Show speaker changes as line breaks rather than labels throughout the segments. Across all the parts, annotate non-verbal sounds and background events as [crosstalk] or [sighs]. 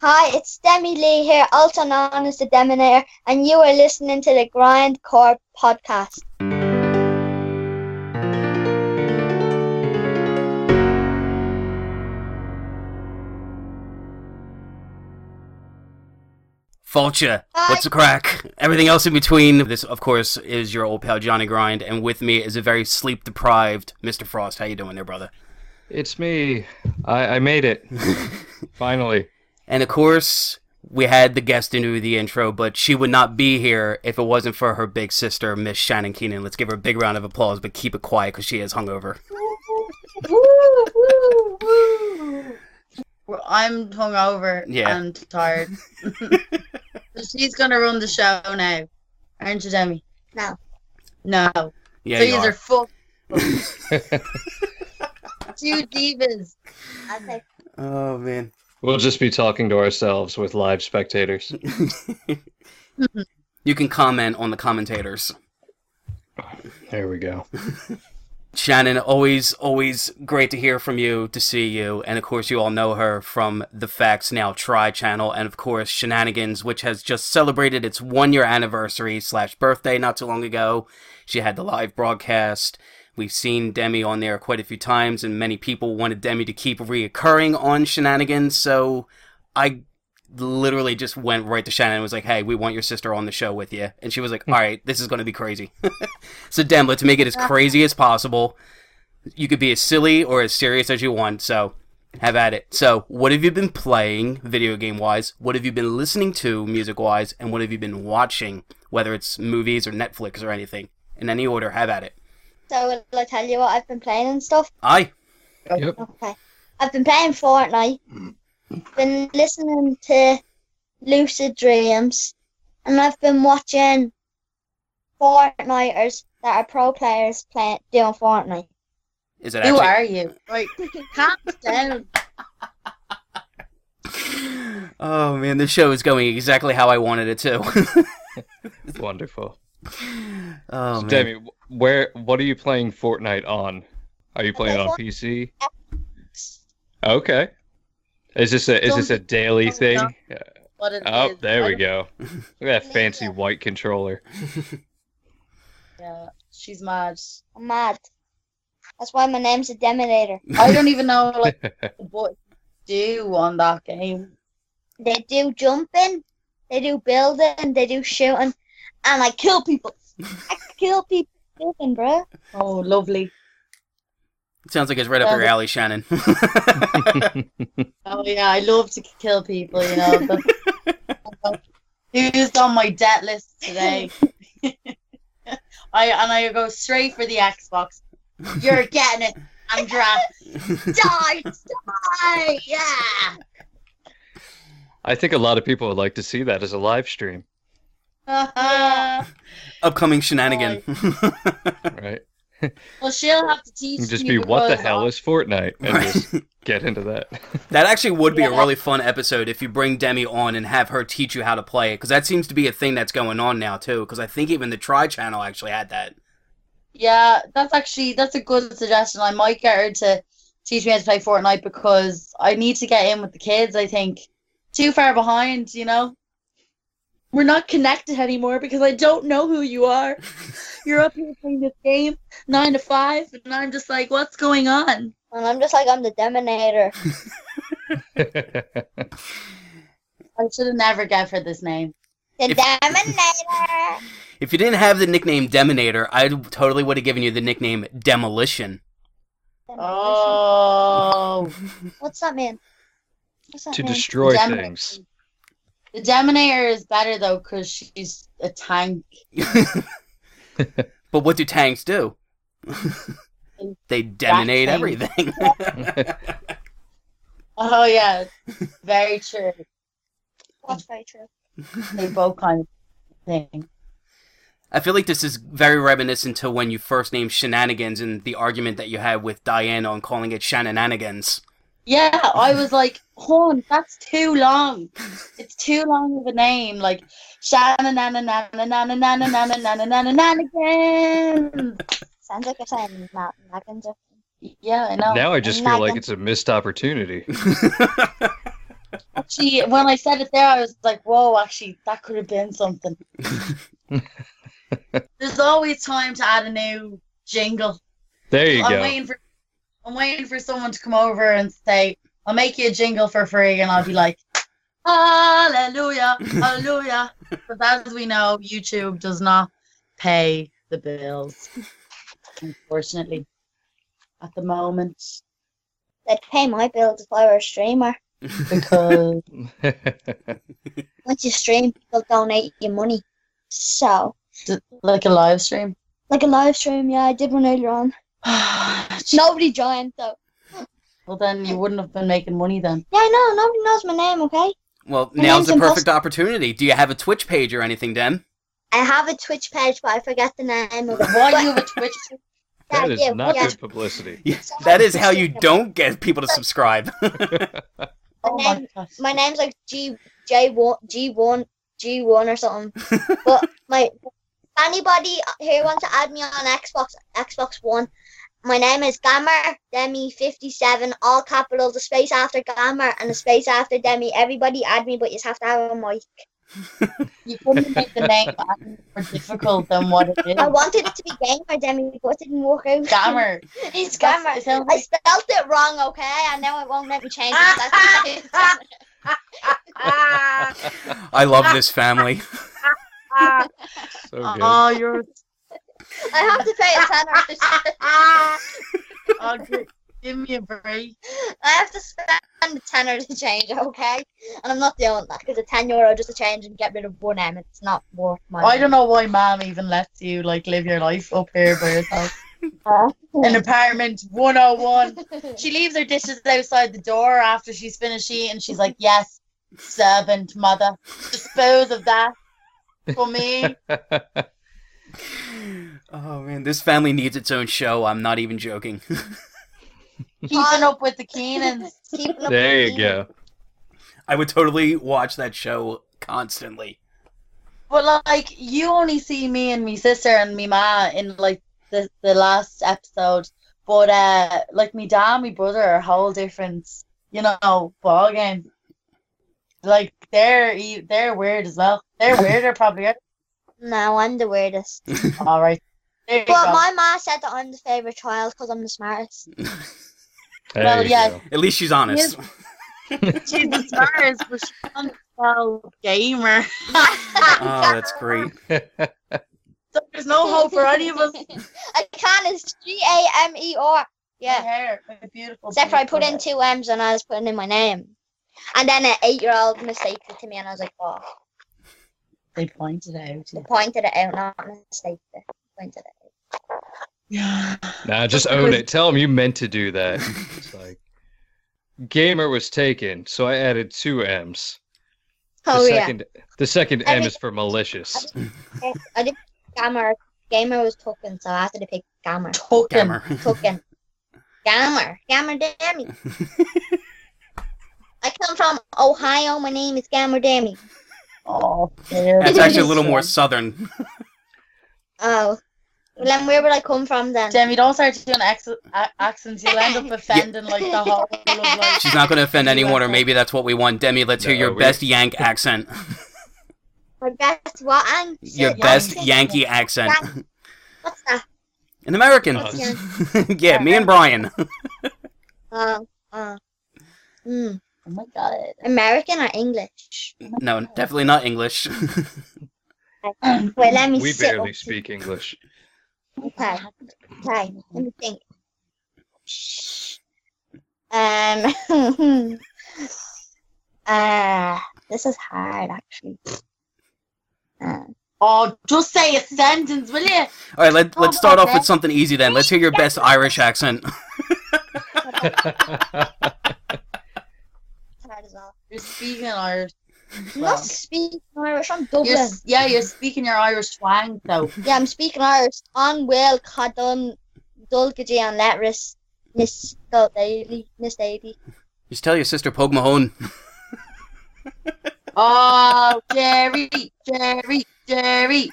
Hi, it's Demi Lee here, also known as the Demonair, and you are listening to the Grindcore podcast.
Vulture,
Hi.
what's the crack? Everything else in between. This, of course, is your old pal Johnny Grind, and with me is a very sleep deprived Mr. Frost. How you doing there, brother?
It's me. I, I made it. Finally.
And of course, we had the guest to do the intro, but she would not be here if it wasn't for her big sister, Miss Shannon Keenan. Let's give her a big round of applause, but keep it quiet because she is hungover.
Woo, woo, woo. Well, I'm hungover.
Yeah. [laughs]
I'm tired. So she's gonna run the show now, aren't you, Demi?
No.
No.
Yeah,
so
you
these
are. [laughs]
are full. Two divas.
I think
oh man.
We'll just be talking to ourselves with live spectators.
You can comment on the commentators.
There we go.
Shannon, always, always great to hear from you, to see you. And of course, you all know her from the Facts Now Try channel. And of course, Shenanigans, which has just celebrated its one year anniversary slash birthday not too long ago. She had the live broadcast. We've seen Demi on there quite a few times, and many people wanted Demi to keep reoccurring on Shenanigans. So I literally just went right to Shannon and was like, hey, we want your sister on the show with you. And she was like, all right, this is going to be crazy. So, Dem, let's make it as crazy as possible. You could be as silly or as serious as you want, so have at it. So, what have you been playing video game wise? What have you been listening to music wise? And what have you been watching, whether it's movies or Netflix or anything? In any order, have at it.
so. Will I tell you what I've been playing and stuff?
I.
Yep.
Okay. I've been playing Fortnite, been listening to Lucid Dreams, and I've been watching Fortniters that are pro players playing doing Fortnite.
Is it
Who
actually?
are you? Like, calm down.
[laughs] Oh man, this show is going exactly how I wanted it to. [laughs]
Wonderful.
oh
So,
man.
Demi, wh- where what are you playing Fortnite on? Are you playing it on PC? Okay. Is this a is this a daily thing?
What it
Oh,
is.
there
I
we
don't
go. Look at that fancy white controller. [laughs]
know. She's mad.
I'm mad. That's why my name's a Deminator.
I don't even know
[laughs]
like what you do on that game.
They do jumping, they do building, they do shooting, and I kill people.
[laughs]
I kill people, shooting, bro.
Oh, lovely.
Sounds like it's right up your alley, Shannon. [laughs]
Oh yeah, I love to kill people. You know, That's- who's on my debt list today? I and I go straight for the Xbox. You're
[laughs]
getting it, [laughs] Andra.
Die!
Hi, yeah.
I think a lot of people would like to see that as a live stream,
well,
Upcoming shenanigan. [laughs]
right?
she'll have to teach
Just
me
be what the
because
hell is Fortnite and
Right.
[laughs] just get into that.
That actually would be a
Yeah.
really fun episode if you bring Demi on and have her teach you how to play it, because that seems to be a thing that's going on now too. Because I think even the Tri Channel actually had that.
Yeah, that's actually that's a good suggestion. I might get her to teach me how to play Fortnite because I need to get in with the kids, I think. Too far behind, you know. We're not connected anymore because I don't know who
[laughs]
you are. You're up here playing this game nine to five, and I'm just like, what's going on?
And I'm just like, I'm the Deminator.
[laughs]
I should have never gave her this name.
The
If-
Deminator!
If you didn't have the nickname Deminator, I totally would have given you the nickname Demolition.
Oh,
What's that mean? What's that
to
mean?
destroy
Demonator.
things.
the Deminator is better though because she's a tank.
but what do tanks do? [laughs] they deminate
tanks.
everything.
Oh
[laughs]
yeah, very true.
That's very true.
They both kind of thing.
[laughs] I feel like this is very reminiscent to when you first named Shenanigans and the argument that you had with Diana on calling it Shenanigans.
Yeah, I was like, Horn, that's too long. It's too long of a name. Like Shannon Nana Nana Nana Nana Nana Nana Nana Nana again.
Sounds like you're saying that. Nagans are
Yeah, I know.
Now I just
I'm not
feel like
gonna-
it's a missed opportunity.
Actually, when I said it there, I was like, whoa, actually, that could have been something. There's always time to add a new jingle.
There you [laughs]
I'm
go.
waiting for I'm waiting for someone to come over and say, I'll make you a jingle for free and I'll be like, Hallelujah, hallelujah. but as we know, YouTube does not pay the bills. Unfortunately. At the moment.
They'd pay my bills if I were a streamer.
Because
Once you stream, they'll donate you money. So,
like a live stream. [sighs]
like a live stream, yeah, I did one earlier on. Nobody joined, though.
Well then you wouldn't have been making money then.
Yeah, I know, nobody knows my name, okay?
Well,
My
now's the
name's
perfect opportunity. Do you have a Twitch page or anything, Den?
I have a Twitch page, but I forget the name of it.
Why do you have
[laughs]
a Twitch
Yeah,
[laughs] that is
yeah,
not
yeah.
good publicity.
Yes, that is how you don't get people to subscribe.
My,
Oh
name,
my gosh.
my name's like G J one G one G one or something.
[laughs]
but my if anybody here wants to add me on Xbox Xbox One, my name is Gamer Demi fifty seven, all capitals, a space after Gamer and a space after Demi. Everybody add me, but you just have to have a mic.
You couldn't make
[laughs]
the name any more difficult than what it
I
is.
wanted it to be Gamer Demi, but it didn't work out.
Scammer.
it's
That's-
Gamer.
it sounds
I
like-
spelled it wrong, okay, and now it won't let me change it. That's-
Ah,
I love this family.
ah.
So good.
Ah,
oh, you're.
I have to pay a tenner for
Ah. Oh, gi- give me a break.
I have to spend a tenner to change, okay? And I'm not doing that because a ten euro just to change and get rid of one M, it's not worth my.
I don't know why mom even lets you like live your life up here by yourself.
know.
In apartment
[laughs]
101. She leaves her dishes outside the door after she's finished eating. She's like, yes, servant, mother. Dispose of that for [laughs] me.
Oh man, this family needs its own show. I'm not even joking. [laughs]
Keeping up with the Keenans.
Keeping up
[laughs] there
with
you
me.
go.
I would totally watch that show constantly.
But like you only see me and me sister and me ma in like the the last episode. But uh like me dad and me brother are a whole different, you know, ball game. Like they're e- they're weird as well.
[laughs]
They're weirder probably. aren't
No, I'm the weirdest.
they? All right. There you
But
go.
my ma said that I'm the favorite child because I'm the smartest.
There
Well,
you
yeah.
go.
At least she's honest.
She's the smartest, but she's
[laughs]
not well gamer.
Ah.
Oh, that's great.
So there's no
Oh, [laughs]
hope for any of us.
I can is G A M E R.
My
Yeah.
hair, my beautiful.
Except for I put in
beautiful-
two M's and I was putting in my name, and then an eight-year-old mistaked it to me, and I was like, "Oh!"
They pointed out.
They pointed it out, not mistaked it. Pointed it.
Yeah.
[laughs] Nah, just own it. Tell him you meant to do that. It's like gamer was taken, so I added two M's. The
Oh yeah.
second the second M
Every-
is for malicious.
I did Gammer. Gamer was talking, so I had to pick Gammer.
Token.
Gamer.
Talking. Gammer. Gammer Dammy. I come from Ohio. My name is Gammer Dammy.
Oh,
That's actually a little more southern.
Oh. Well, then where would I come from then?
Demi, don't start doing ex- a- accents. You'll end up offending like the whole. Of,
[laughs]
like,
She's not going to offend anyone, or maybe that's what we want. Demi, let's hear
No,
your
we-
best Yank
[laughs]
accent.
My best what? And
Your
Yankee.
best Yankee accent.
What's that?
An American.
Us.
[laughs] yeah, me and Brian.
Oh. Oh. Hmm.
oh my god.
American or English?
No, definitely not English. [laughs]
[clears throat] Wait, let me
We
sit
barely
up. [laughs]
speak English.
Okay. Okay. Let me think. Um. [laughs] uh, this is hard, actually. Uh,
Oh, just say a sentence, will you?
All right, let,
Oh,
let's start off
okay.
with something easy then. Let's hear your best Irish accent.
it's hard as well.
You're speaking Irish.
I'm
Well,
not speaking Irish. I'm
you're,
Dublin.
s- yeah, you're speaking your Irish twang though.
Yeah, I'm speaking Irish. On Will Codon Dulgaji and Letris. Miss Dul- Daly. Miss Daly.
Just tell your sister Pogue Mahone.
Oh, Jerry, Jerry, Jerry.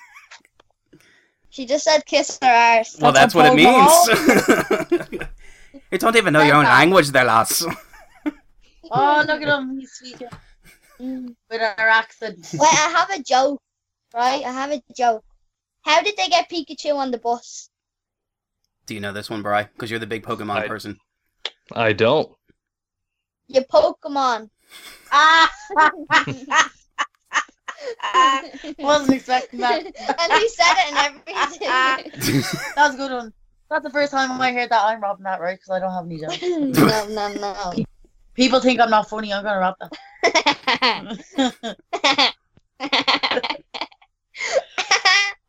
She just said kiss her arse.
Well,
That's
that's
a
what it [laughs]
Pogue
means. you don't even know your own language there, lass.
Oh, look at him. He's speaking
Mm.
with our accent.
[laughs]
[laughs]
Wait, I have a joke, right? I have a joke. How did they get Pikachu on the bus?
[laughs] Do you know this one, Bry? Because you're the big Pokemon
I-
person.
[laughs] I don't.
Your Pokemon.
Ah! Wasn't expecting that.
[laughs] and he said it and
[laughs]
everything.
That was a good one. That's the first time I heard that. I'm robbing that, right? Because I don't have any jokes.
no, no, no. [laughs]
People think I'm not funny. I'm going to rob that.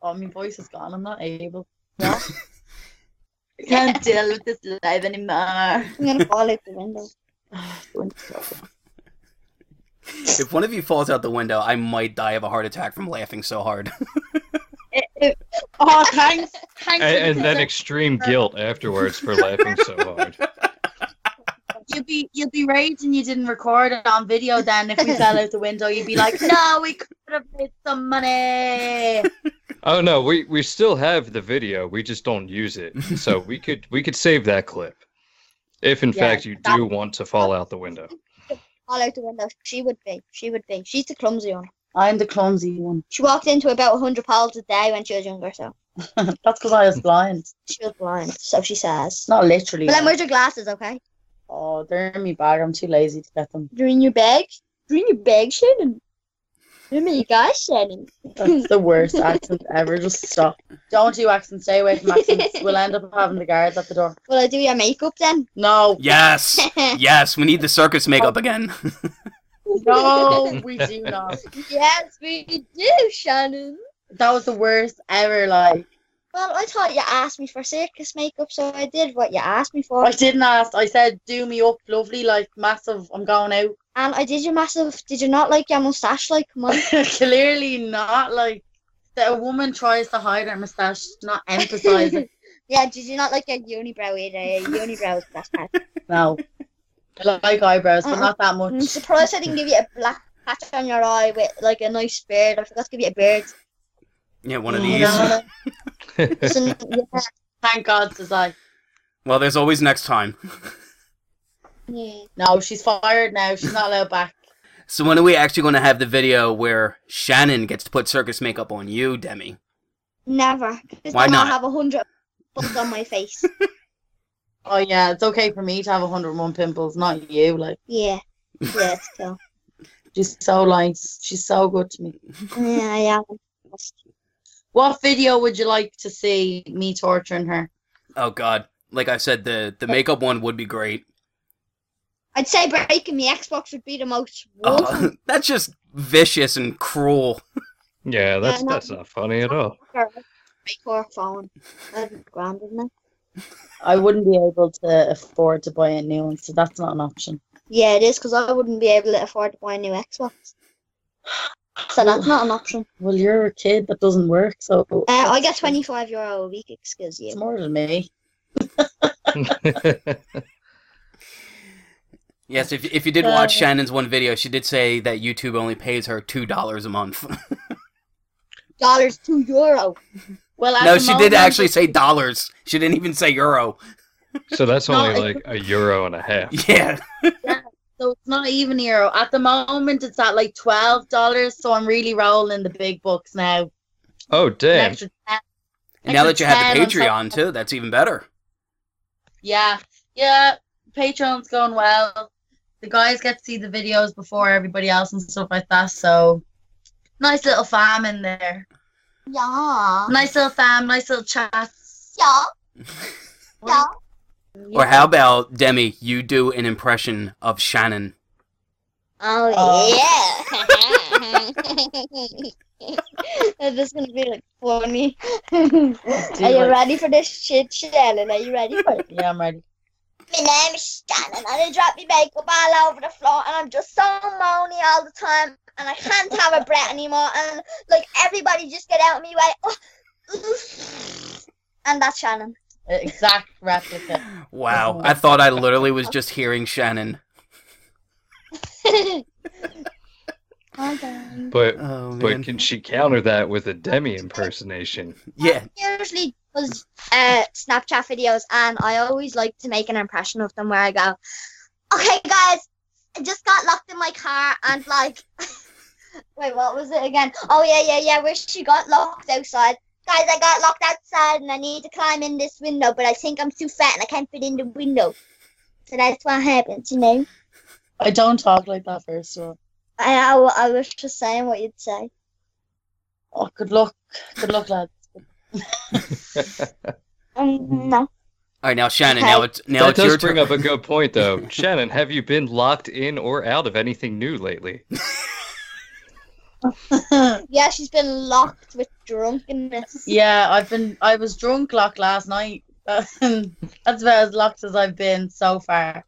oh, my voice is gone. I'm not able. No. I can't deal with this live anymore.
I'm gonna fall out the window.
if one of you falls out the window, I might die of a heart attack from laughing so hard. [laughs]
oh, thanks. Thanks.
And, and then extreme guilt afterwards for laughing so hard.
you'd be you'd be raging you didn't record it on video then [laughs] if we fell out the window you'd be like no we could have made some money
Oh no, we we still have the video. We just don't use it. So
[laughs]
we could we could save that clip. If in
Yeah,
fact you
that-
do want to fall out the window. [laughs]
Fall out the window. She would be. She would be. She's the clumsy one.
i'm the clumsy one
She walked into about 100 pounds a day when she was younger, so
that's because i was blind
she was blind. So she says.
it's not literally
But then
blind.
where's your glasses, okay?
oh they're in my bag i'm too lazy to get them
They're in your bag. They're in your bag, Shannon. They're in your guys, Shannon.
that's the worst accent ever just stop don't do accents stay away from accents we'll end up having the guards at the door
Will I do your makeup then?
no
yes, [laughs] yes, we need the circus makeup again.
[laughs] no we do not
[laughs] Yes, we do, Shannon.
that was the worst ever like
Well, I thought you asked me for circus makeup, so I did what you asked me for.
i didn't ask i said do me up lovely like massive i'm going out [laughs]
And I did your massive. Did you not like your mustache? Like, come on.
Clearly not like that. A woman tries to hide her mustache, not emphasize it.
[laughs] yeah, did you not like your unibrow either? Your unibrow is the best
[laughs]
part.
No, I like eyebrows, but not that
I'm
much.
surprised I didn't give you a black patch on your eye with like a nice beard. I forgot to give you a beard.
Yeah, one of
You
these.
know?
So,
[laughs]
yeah,
Thank God, says I.
Well, there's always next time.
yeah.
No, she's fired now. She's not allowed back.
So when are we actually going to have the video where Shannon gets to put circus makeup on you, Demi?
Never. 'Cause
Why
then
not?
I'll have a hundred pimples on my face.
Oh yeah, it's okay for me to have 101 pimples, not you. Like
Yeah. Yeah, it's cool.
she's so nice. She's so good to me.
Yeah, yeah.
What video would you like to see me torturing her?
Oh God! Like I said, the the makeup one would be great.
I'd say breaking the Xbox would be the most woeful
Oh, [laughs] that's just vicious and cruel.
Yeah, that's
no.
that's not funny at
[laughs]
all. [laughs]
for for a phone. That'd be grand, wouldn't it?
I wouldn't be able to afford to buy a new one, so that's not an option.
Yeah, it is because I wouldn't be able to afford to buy a new Xbox. So that's not an option.
Well, you're a kid that doesn't work, so
Uh, I get 25 euro a week, excuse
It's
you.
more than me.
Yes, if if you did
Yeah.
watch Shannon's one video, she did say that YouTube only pays her two dollars a month. [laughs]
Dollars, two euro.
Well, at
no,
the
she did
moment-
actually say dollars. She didn't even say euro. [laughs]
so that's
No,
only
I-
like a euro and a half.
Yeah,
So it's not even euro. At the moment, it's at like twelve dollars. So I'm really rolling the big bucks now.
Oh
An
damn.
extra 10.
and now that you have the
Extra 10 on
Patreon too, that's even better.
Yeah, yeah. Patreon's going well. The guys get to see the videos before everybody else and stuff like that. So nice little fam in there.
Yeah.
Nice little fam. Nice little chats.
Yeah. Yeah.
Or how about Demi, you do an impression of Shannon?
Oh, [laughs] yeah. this is going to be like funny. Are you
it.
ready for this shit, Shannon? Are you ready for it?
Yeah, I'm ready.
My name is Shannon. I done dropped my makeup all over the floor, and I'm just so moany all the time, and I can't have a breath anymore. And like everybody, just get out of me way. Oh. and that's Shannon.
Exact replica.
Wow, I thought I literally was just hearing Shannon.
[laughs] okay.
But
Oh
but
man,
can she counter that with a Demi impersonation?
yeah,
Usually does uh, Snapchat videos, and I always like to make an impression of them where I go, "Okay, guys, I just got locked in my car and like [laughs] wait, what was it again? Oh yeah, yeah, yeah, where she got locked outside. Guys, I got locked outside and I need to climb in this window, but I think I'm too fat and I can't fit in the window. So that's what happens, you know?
I don't talk like that first of all.
I, I, I was just saying what you'd say.
Oh, good luck. Good luck, lad. [laughs]
Um, no.
All right, now Shannon.
Okay.
Now it's now
that
it's your
does bring
turn.
up a good point,
[laughs]
though. Shannon, have you been locked in or out of anything new lately?
Yeah, she's been locked with drunkenness.
yeah, I've been. I was drunk locked last night. [laughs] That's about as locked as I've been so far.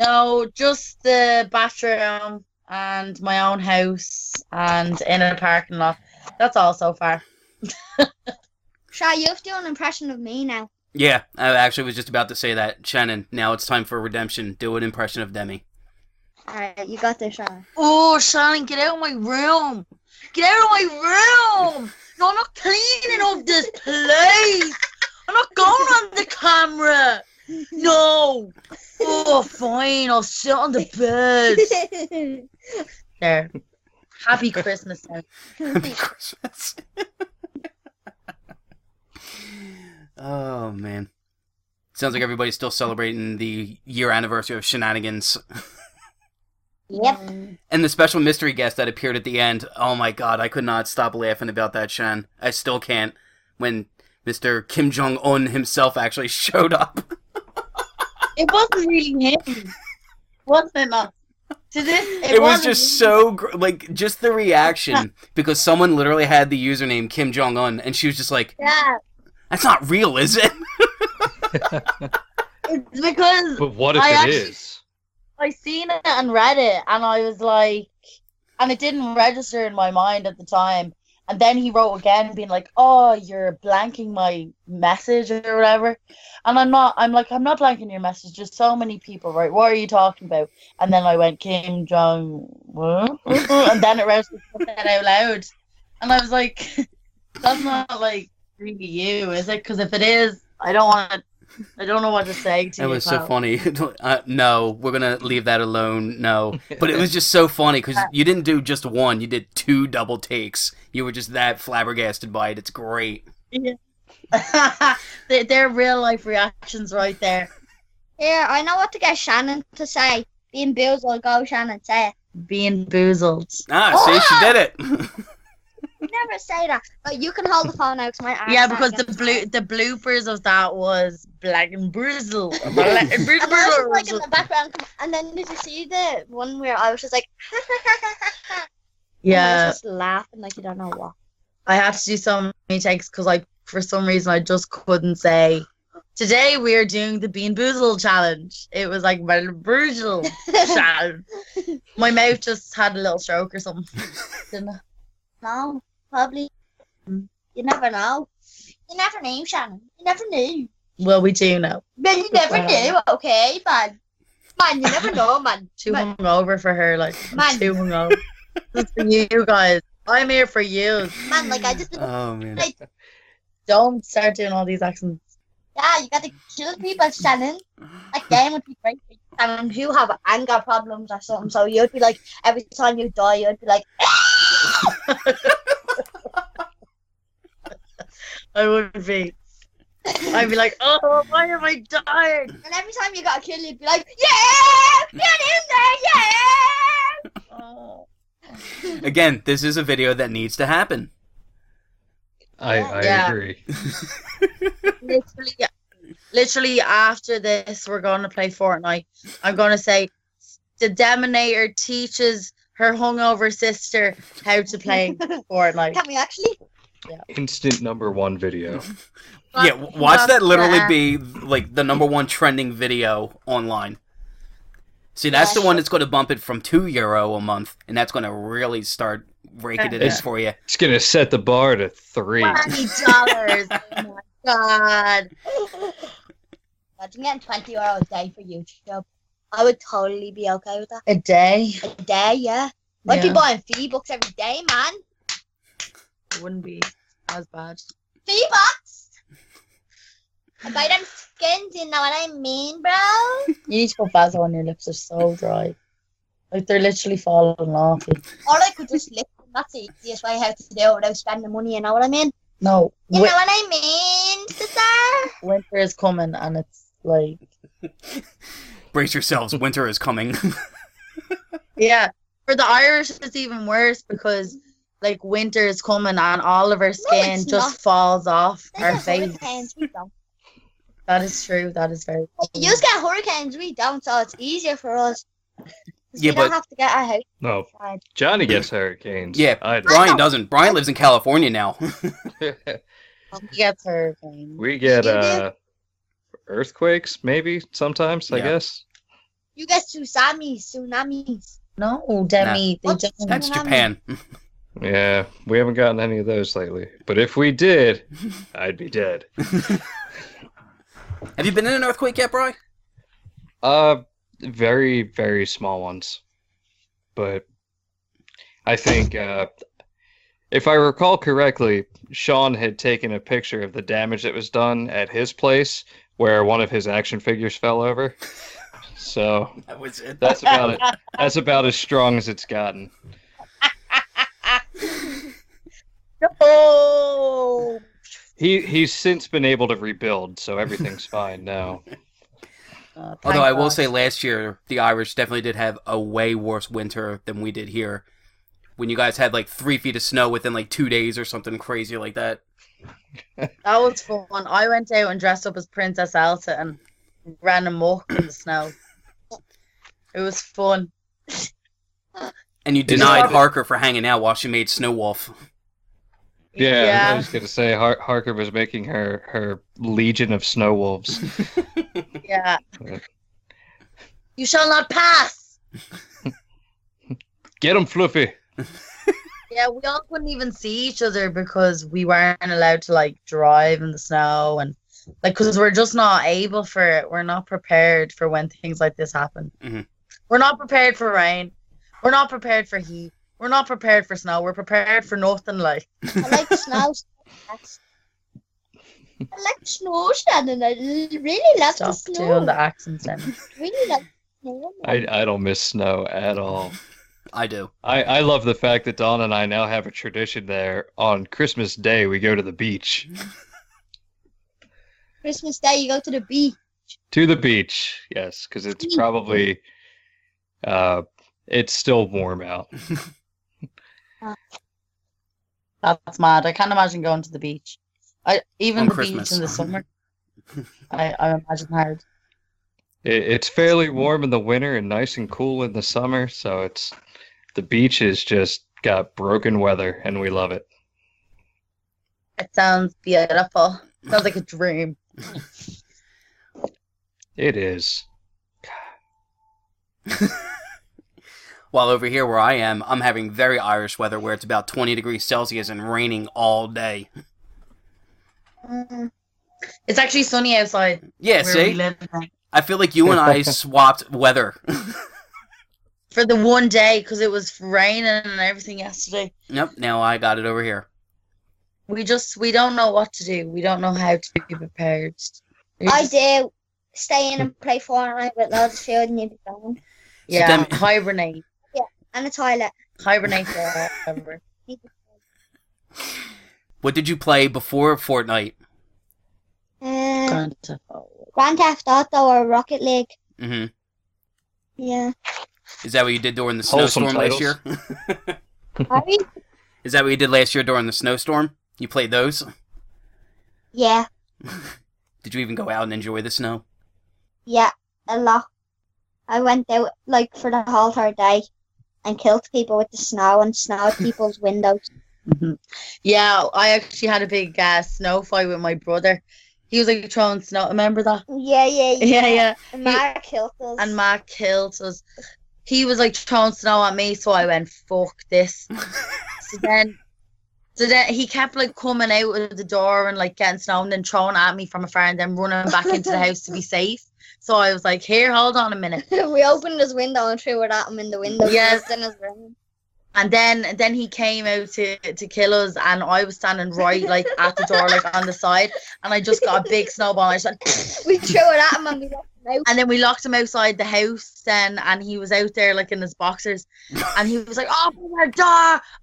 No, just the bathroom and my own house and in a parking lot. That's all so far.
Shy, you have to do an impression of me now.
Yeah, I actually was just about to say that. Shannon, now it's time for redemption. Do an impression of Demi.
Alright, you got
[laughs]
this, Shy.
Oh, Shannon, get out of my room! Get out of my room! No, I'm not cleaning up this place. I'm not going on the camera. No. Oh, fine. I'll sit on the bed. There. Happy Christmas. now.
Happy Christmas. [laughs] oh man, sounds like everybody's still celebrating the year anniversary of shenanigans
Yep.
and the special mystery guest that appeared at the end. Oh my god, I could not stop laughing about that, Shan. I still can't. When Mr. Kim Jong Un himself actually showed up.
It wasn't really
[laughs]
him. Wasn't it not? To this,
It, was just so gr- like just the reaction because someone literally had the username Kim Jong Un and she was just like,
Yeah.
"That's not real, is it?"
It's because
But what if it
I
is?
actually- I seen it and read it, and I was like, and it didn't register in my mind at the time. And then he wrote again, being like, "Oh, you're blanking my message or whatever," and I'm not. I'm like, I'm not blanking your message. Just so many people, right? What are you talking about? And then I went Kim Jong, [laughs] what? and then it registered that out loud, and I was like, [laughs] "That's not like really you, is it? Because if it is, I don't want. to I don't know what to say to
It
you."
was
pal.
so funny. [laughs] uh, no, we're gonna leave that alone. No,
[laughs]
but it was just so funny because you didn't do just one; you did two double takes. You were just that flabbergasted by it. It's great.
they they're real life reactions right there.
Here, I know what to get Shannon to say. Being Bills will go, Shannon, say it.
Being boozled.
Ah, see,
Oh,
she did it.
You never say that. But you can hold the phone out 'cause my arm's
Yeah,
not
because the
against
blue the bloopers of that was black and boozled.
And I was just, like in the background, and then did you see the one where I was just like, [laughs] I
[laughs] yeah,
was just laughing like you don't know
[laughs]
what.
I had to do so many takes because I for some reason I just couldn't say. Today we are doing the bean boozled challenge. It was like my boozled
[laughs]
challenge. My mouth just had a little stroke or something. Didn't it?
no, probably.
Mm.
You never know. You never knew, Shannon. You never knew.
Well, we do know.
But you never
Wow.
knew, okay, man. Man, you never know, man.
um, [laughs] too
man.
hungover for her. [laughs] Like I'm
Man.
too hungover. this is for you guys. I'm here for you.
man, like
[laughs]
I just,
oh man.
Don't start doing all these accents.
yeah, you gotta kill people, Shannon. Like, game would be great. for you, Shannon, who have anger problems or something, so you'd be like, every time you die, you'd be like,
I wouldn't be. I'd be like, oh, why am I dying?
and every time you got a kill, you'd be like, yeah, get in there, yeah.
Oh.
Again, this is a video that needs to happen.
I, I
Yeah.
agree.
Literally, literally after this, we're gonna play Fortnite. I'm gonna say the Deminator teaches her hungover sister how to [laughs] play Fortnite.
Can we actually?
Instant number one video.
yeah, w- watch that literally be like the number one trending video online. See, that's the
Yeah,
one that's going to bump it from two euro a month, and that's going to really start raking it in
It's-
for you.
It's gonna set the bar to three.
Twenty
[laughs]
dollars. oh my god.
Imagine getting 20 euro a day for YouTube. I would totally be okay with that.
A day.
A day, yeah. I'd be
Yeah.
buying fee books every day, man.
It wouldn't be as bad.
Fee books! I buy them skins, you know what I mean, bro?
You need to put Vaseline on your lips. They're so dry. Like they're literally falling off. you.
Or I could just lick them. That's the easiest way how to do it without spending money. You know what I mean?
No,
You
wi-
know what I mean, sister?
winter is coming, and it's like
Brace yourselves, winter is coming. [laughs]
yeah. For the Irish, it's even worse because like winter is coming, and all of our skin
it's
just
not.
falls off
They
our
get
face.
hurricanes. We don't.
That is true. That is very.
You just get hurricanes. We don't, so it's easier for us. 'Cause
Yeah,
we don't
but-
have to get our house
No,
inside.
[clears throat]
Johnny gets hurricanes.
Yeah.
I don't.
Brian doesn't. Brian lives in California
[laughs]
now.
He gets hurricane.
[laughs] we get
You do?
uh, earthquakes, maybe sometimes. I
Yeah.
guess.
You get tsunamis, tsunamis.
No, Demi. They
What's-
don't.
That's Japan.
Yeah, we haven't gotten any of those lately. But if we
[laughs]
did, I'd be dead.
Have you been in an earthquake yet, Brian?
Uh, very, very small ones. But I think, uh, if I recall correctly, Sean had taken a picture of the damage that was done at his place where one of his action figures fell over. So
That was it.
that's about it. That's about as strong as it's gotten.
Oh,
He he's since been able to rebuild, so everything's fine now.
Uh, thank
Although I will
God.
say, last year the Irish definitely did have a way worse winter than we did here. When you guys had like three feet of snow within like two days or something crazy like that.
That was fun. I went out and dressed up as Princess Elsa and ran amok in the snow. It was fun.
And you
Is it-
denied Harker for hanging out while she made Snow Wolf.
Yeah, I
Yeah.
was gonna say Har- Harker was making her her legion of snow wolves.
Yeah.
you shall not pass.
Get him, Fluffy.
Yeah, we all couldn't even see each other because we weren't allowed to like drive in the snow and like because we're just not able for it. We're not prepared for when things like this happen.
Mhm.
We're not prepared for rain. We're not prepared for heat. We're not prepared for snow. We're prepared for nothing. Like
I like snow. That's- I like snow, Shannon. I l- really love the
stop
snow.
doing the accents. Then
Really love snow.
I, I don't miss snow at all.
I do.
I, I love the fact that Don and I now have a tradition there. On Christmas Day, we go to the beach.
Christmas Day, you go to the beach.
To the beach, yes, because it's probably uh, it's still warm out.
that's mad. I can't imagine going to the beach. I even
On
the
Christmas.
beach in
[laughs]
the summer. I, I imagine hard.
It, it's fairly warm in the winter and nice and cool in the summer. So it's the beach is just got broken weather, and we love it.
It sounds beautiful. Sounds like a dream.
It is. [laughs]
While over here where I am, I'm having very Irish weather where it's about 20 degrees Celsius and raining all day.
Mm.
It's actually sunny outside
Yeah,
where we
see?
live now.
I feel like you and
[laughs]
I swapped weather.
for the one day because it was raining and everything yesterday.
Yep, now I got it over here.
We just we don't know what to do. We don't know how to be prepared. We
I
just-
do. Stay in and play Fortnite with loads of food and you be gone.
yeah,
So then-
hibernate,
And a toilet.
hibernate [laughs] forever.
What did you play before Fortnite?
Uh,
Grand Theft Auto.
Grand Theft Auto or Rocket League.
hmm
[laughs]
Yeah.
Is that what you did during the
Wholesome
snowstorm last year?
titles.
Sorry?
Is that what you did last year during the snowstorm? You played those?
yeah.
Did you even go out and enjoy the snow?
Yeah. A lot. I went out like for the whole entire day and killed people with the snow and snow
[laughs]
at people's windows.
Mhm. Yeah, I actually had a big uh, snow fight with my brother. He was like throwing snow. Remember that?
Yeah, yeah, yeah.
Yeah, yeah.
And Mark killed us.
And Mark killed us. He was like throwing snow at me, so I went fuck this. so then, so then he kept like coming out of the door and like getting snow and then throwing at me from afar and then running back into the house to be safe. So I was like, here, hold on a minute.
[laughs] we opened his window and threw it at him in the window. He
Yes.
was in his room. [laughs]
And then then he came out to, to kill us and I was standing right like at the door, like on the side, and I just got a big snowball and I just went,
We threw it at him and we left Mouse.
And then we locked him outside the house then, and he was out there like in his
[laughs]
boxers, and he was like, "Open the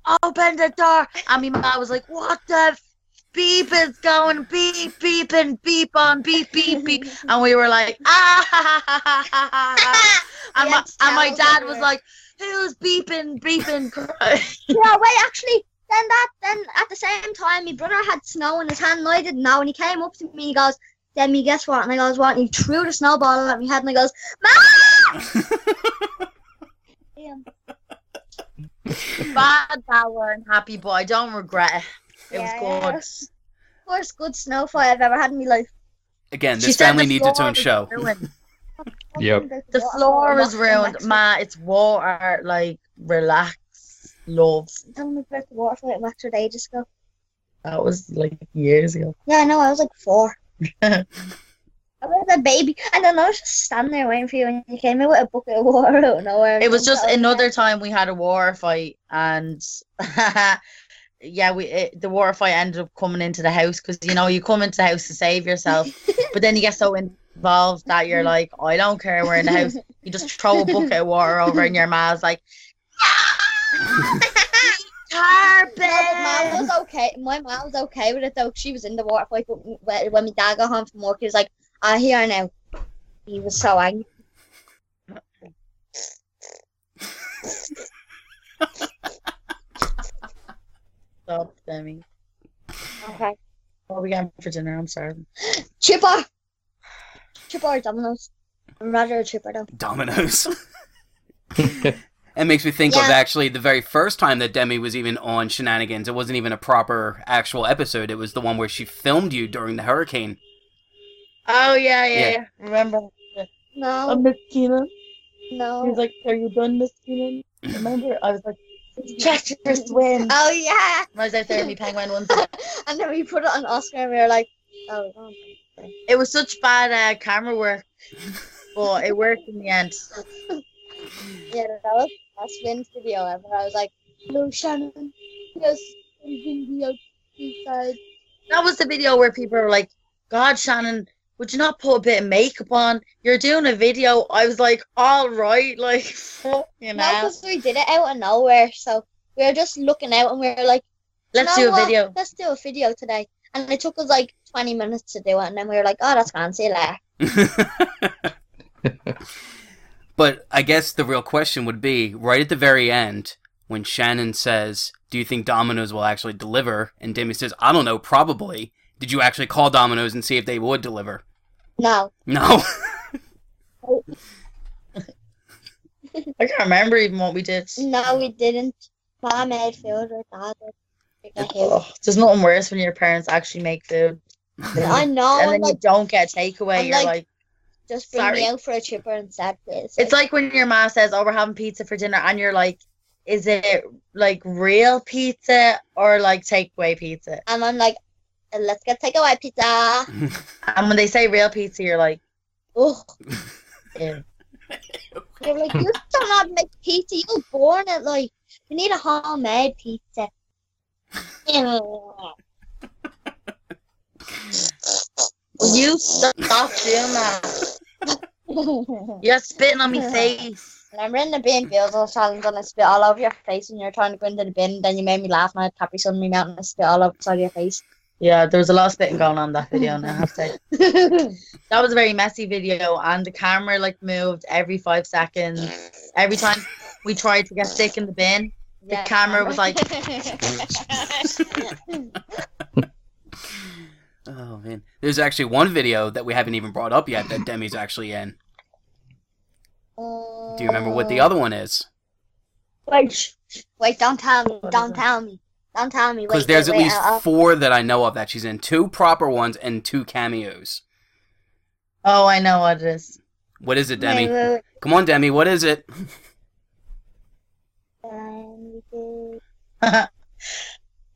door! Open the door!" And my mom was like, "What the f- beep is going? Beep, beep, and beep on beep, beep,
[laughs]
beep." And we were like, "Ah!" ha, ha, ha, ha, ha,
[laughs] Ah!
ha." And
Yeah,
my, and my
towels
dad was
everywhere.
like, "Who's beeping, beeping?" [laughs] cry?"
yeah, wait, actually, then that, then at the same time, my brother had snow in his hand, and I didn't know. And he came up to me, and he goes, "Demi, guess what?" And I goes, "What?" And he threw the snowball at me head, and I goes, "Damn."
Bad that we're unhappy, but I don't regret it. It
Yeah, yeah.
was
First good snow fight I've ever had in my life.
Again,
good.
this
said
family
the
needs its
floor
own
is
show.
ruined.
Yep.
The floor is
Nothing
ruined.
next week.
Ma, it's water. Like, relax, love.
Tell me about the water fight in Wexford ages ago.
That was like years ago.
Yeah, I know. I was like
[laughs]
four. I was a baby, and then I was just standing there waiting for you, and you came in with a bucket of [laughs] water out of nowhere.
It was just
That [laughs]
another time we had a war fight, and [laughs] yeah, we it, the war fight ended up coming into the house because you know you come into the house to save [laughs] yourself, but then you get so involved that you're like, I don't care, we're in the house. You just throw a bucket of water over, and your ma's [laughs] like,
Yeah, but mom
Carbon.
was okay. My mom was okay with it though. 'cause She was in the water fight but when when my dad got home from work. He was like, "I hear now." He was so angry.
Stop, Demi.
Okay.
What are we getting for dinner? I'm sorry.
Chipper, Chipper or Domino's? I'm rather a Chipper though.
[laughs]
[laughs] Dominoes. It makes me think of
Yeah.
actually the very first time that Demi was even on Shenanigans. It wasn't even a proper actual episode. It was the one where she filmed you during the hurricane.
Oh yeah,
Yeah.
yeah. yeah. Remember?
No,
Oh, Miss Keenan. He was
no.
like, "Are you done, Miss Keenan?" Remember, I was like, "Treacherous [laughs] wind."
Oh yeah.
I was out there in my penguin once.
And then we put it on Oscar, and we were like, "Oh." no.
[laughs] It was such bad uh, camera work, but it worked in the end.
Yeah, that was the best win video ever. I was like, hello, Shannon. Yes, video inside.
That was the video where people were like, "God, Shannon, would you not put a bit of makeup on? You're doing a video." I was like, "All right, like, you
No,
know,
because we did it out of nowhere. So we were just looking out and we were like, "You
let's
know
do a
what?
video."
Let's do a video today. And it took us like 20 minutes to do it. And then we were like, oh, that's grand. See you later.
But I guess the real question would be right at the very end when Shannon says, Do you think Domino's will actually deliver? And Demi says, I don't know, probably. Did you actually call Domino's and see if they would deliver? [laughs]
No.
No.
I can't remember even what we did.
No, we didn't. Mom made food or dad did. Like,
Ugh, there's nothing worse when your parents actually make food,
I know.
and
And
then you
like,
don't get a takeaway.
I'm
You're
like-
like.
just bring
sorry.
me out for a chipper instead, please.
It's like when your mom says, "Oh, we're having pizza for dinner," and you're like, "Is it like real pizza or like takeaway pizza?"
and I'm like, let's get takeaway pizza.
And when they say real pizza, you're like,
Ugh.
"Ew."
They're like, you don't have make pizza. You were born it like you need a homemade pizza. Ew.
"Will
[laughs]
you stop doing that? You're spitting on my face."
Remember in the bin bills I was challenge and I spit all over your face when you were trying to go into the bin, then you made me laugh and I had Capri Sun in my mouth and I spit all over the side of your
[laughs]
face.
Yeah, there was a lot of spitting going on in that video. Now I have to say that was a very messy video, and the camera like moved every five seconds. Every time we tried to get sick in the bin,
Yeah,
camera
[laughs]
was like-
[laughs] oh, man. There's actually one video that we haven't even brought up yet that Demi's actually in. Do you remember what the other one is?
Wait, wait, don't tell me,
What is
don't
it?
tell me, don't tell me.
Because
wait,
there's
wait,
at
wait, uh,
least
I'll- I'll-
four that I know of that she's in two proper ones and two cameos.
oh, I know what it is. [laughs]
What is it,
wait,
Demi?
wait, wait.
Come on, Demi, what is it?
Um, we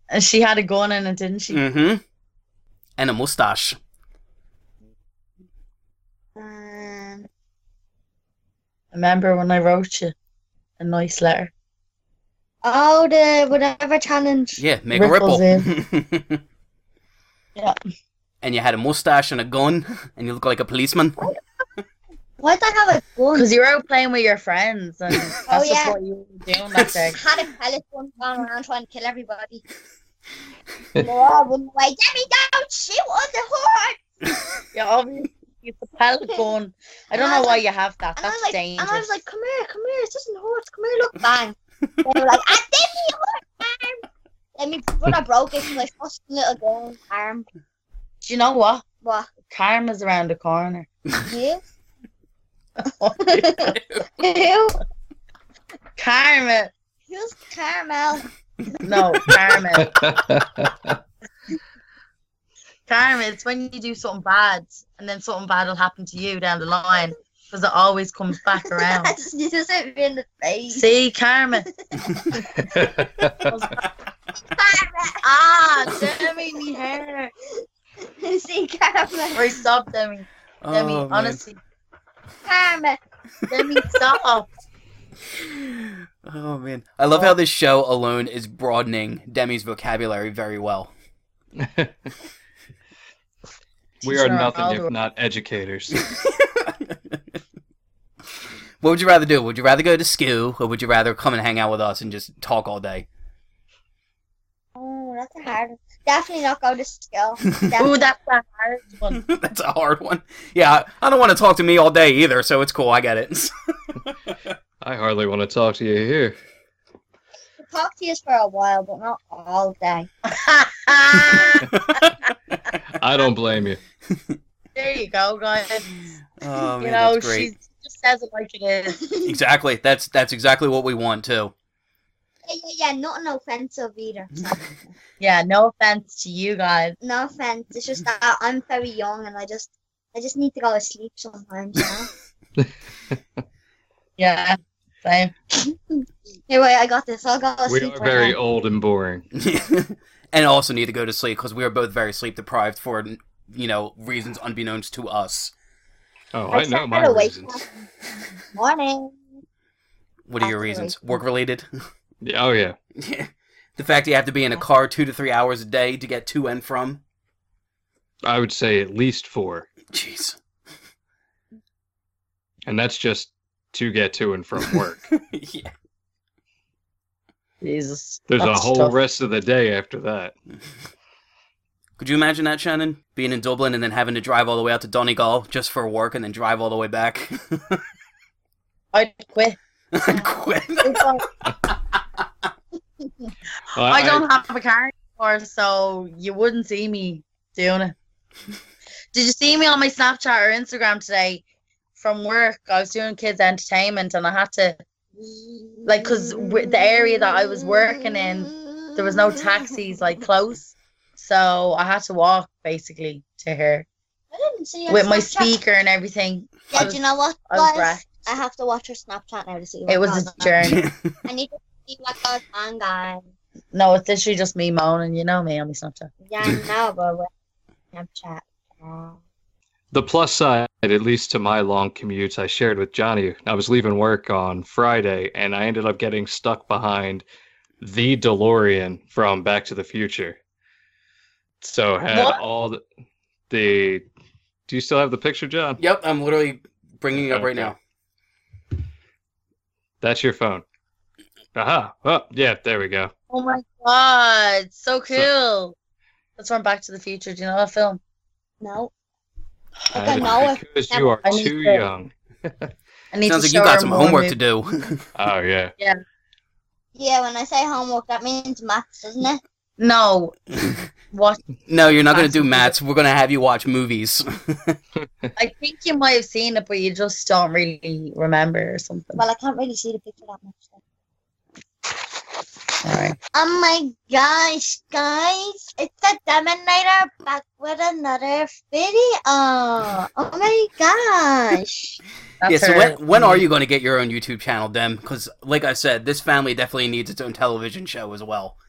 And she had a gun in it, didn't she?
Mm hmm. And a mustache.
did, um,
Remember when I wrote you a nice letter?
Oh, the whatever challenge.
Yeah, make
Ripples
a ripple. [laughs]
Yeah.
And you had a mustache and a gun, and you look like a policeman.
Why'd I have a gun?
Because you're out playing with your friends,
[laughs]
and that's just
Oh, yeah.
what you were doing that
[laughs]
day.
I had a pellet gun going around trying to kill
[laughs]
everybody. They're all running away. Get me down! Shoot on the horn!
Yeah, obviously it's a pellet gun. I
And
don't
I
know
was
why
like-
you have that.
And I was
That's
like,
dangerous.
and I was like, come here, come here, it doesn't hurt. Come here, look, bang. they were like, I did me your arm. Then my brother broke it because I lost a little girl's arm.
Do you know what?
What?
Karma's around the corner. [laughs]
You? Who?
Karma.
Who's [laughs] Carmel?
No,
[laughs]
karma.
yeah,
karma. It's when you do something bad, and then something bad will happen to you down the line, because it always comes
[laughs]
back around.
you just hit me in the face. [laughs]
See, karma.
Carmel!
[laughs] Ah, Demi, me hair.
[laughs] See, Carmel.
Or stop, Demi. Demi,
Oh, man.
honestly,
Carmel.
Demi, stop.
Oh man, I love how this show alone is broadening Demi's vocabulary very well. [laughs]
we are
Teacher
nothing
Ronaldo.
if not educators.
What would you rather do? Would you rather go to school, or would you rather come and hang out with us and just talk all day? [laughs]
Oh, that's a hard one. Definitely not go to
[laughs]
school.
Ooh,
Definitely.
that's a hard one. [laughs]
That's a hard one. Yeah, I I don't want to talk to me all day either, so it's cool. I get it. [laughs]
I hardly want to talk to you here.
Talk to you for a while, but not all day.
I don't blame you.
there you go, guys.
oh man,
[laughs] you know,
that's great.
she just says it like it is. [laughs]
Exactly. That's that's exactly what we want too. [laughs]
Yeah, yeah, yeah. Nothing offensive either.
Yeah, no offense to you guys.
[laughs] No offense. It's just that I'm very young and I just I just need to go to sleep sometimes. You
[laughs]
know?
Yeah, same.
hey, wait, I got this. I'll go to
We
sleep.
are
right
very
now.
old and boring.
[laughs] and also need to go to sleep because we are both very sleep deprived for you know reasons unbeknownst to us.
Oh, I
started
know my
awake
reasons.
this Morning.
What are your
Absolutely.
reasons? Work related. [laughs]
Yeah, Oh yeah.
the fact you have to be in a car two to three hours a day to get to and from.
I would say at least four,
Jeez. [laughs]
and that's just to get to and [laughs] from work.
yeah.
Jesus.
There's a
That's
whole
tough.
rest of the day after that.
Could you imagine that, Shannon? Being in Dublin and then having to drive all the way out to Donegal just for work and then drive all the way back. [laughs]
I'd quit.
Quit.
[laughs]
Uh,
I don't have a car anymore, so you wouldn't see me doing it. Did you see me on my Snapchat or Instagram today? From work, I was doing kids entertainment, and I had to like because the area that I was working in, there was no
Oh,
taxis like close, so I had to walk basically to her
I didn't see her
with my
Snapchat.
speaker and everything. I
Yeah,
was-
do you know what,
I was
guys?
wrecked.
I have to watch her Snapchat now to see. what
It was
goes on.
a journey.
I need to see what goes on, guys.
No, it's literally just me moaning. You know me on my Snapchat.
Yeah, I know, but we're on Snapchat. Uh,
The plus side, at least to my long commutes, I shared with Johnny. I was leaving work on Friday, and I ended up getting stuck behind the DeLorean from Back to the Future. So had
What?
all the, the. Do you still have the picture, John?
yep, I'm literally bringing it up right now.
That's your phone. Aha! Oh, yeah, there we go.
Oh my god, so cool. That's from Back to the Future. Do you know that film?
no.
Uh,
don't know if-
because you are
I need
too
to-
young.
I
Sounds
need to
like you
show her
got some
more
homework to
movie. [laughs]
do.
Oh yeah.
Yeah, when I say homework, that means maths, doesn't it?
[laughs]
No, what?
no, you're not going to
Maths
do
is-
maths. We're going to have you watch movies.
I think you might have seen it, but you just don't really remember or something.
Well, I can't really see the picture that much. so.
All right.
Oh my gosh, guys! It's the Dominator back with another video. Oh my gosh!
That's
yeah, so
her.
when, when
Mm-hmm.
are you going to get your own YouTube channel, Dem? Because, like I said, this family definitely needs its own television show as well. [laughs]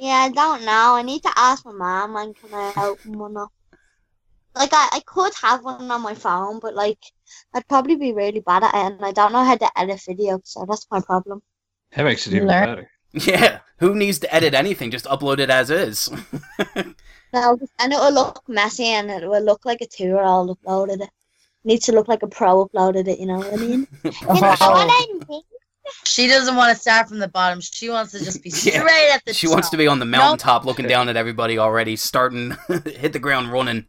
Yeah, I don't know. I need to ask my mom when can I open one up. Like I, I could have one on my phone, but like I'd probably be really bad at it, and I don't know how to edit video, so that's my problem.
That makes it even
Learn.
better.
Yeah, who needs to edit anything? Just upload it
[laughs]
as is.
No, and it will look messy, and it will look like a two-year-old uploaded it. needs to look like a pro uploaded it. You know what I mean? [laughs] You know what
Oh.
I mean?
She doesn't want to start from the bottom. She wants to just be
[laughs]
straight
Yeah.
at the
She
top.
wants to be on the mountaintop looking down at everybody already, starting, [laughs] hit the ground running.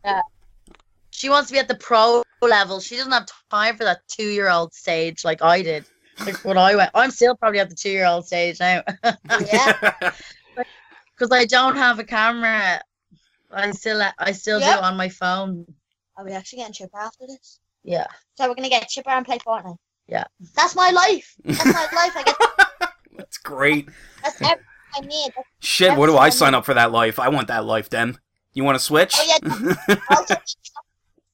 She wants to be at the pro level. She doesn't have time for that two year old stage like I did. Like when I went, I'm still probably at the two year old stage now
[laughs] Yeah.
because I don't have a camera. I still I still
Yep.
do it on my phone.
Are we actually getting chipper after this?
Yeah.
So we're gonna get chipper and play Fortnite.
Yeah.
That's my life. That's [laughs] my life. I get
[laughs] That's great.
that's everything I need. That's-
Shit, where do I sign up for that life? I want that life, then. You want to switch?
Oh yeah. [laughs] also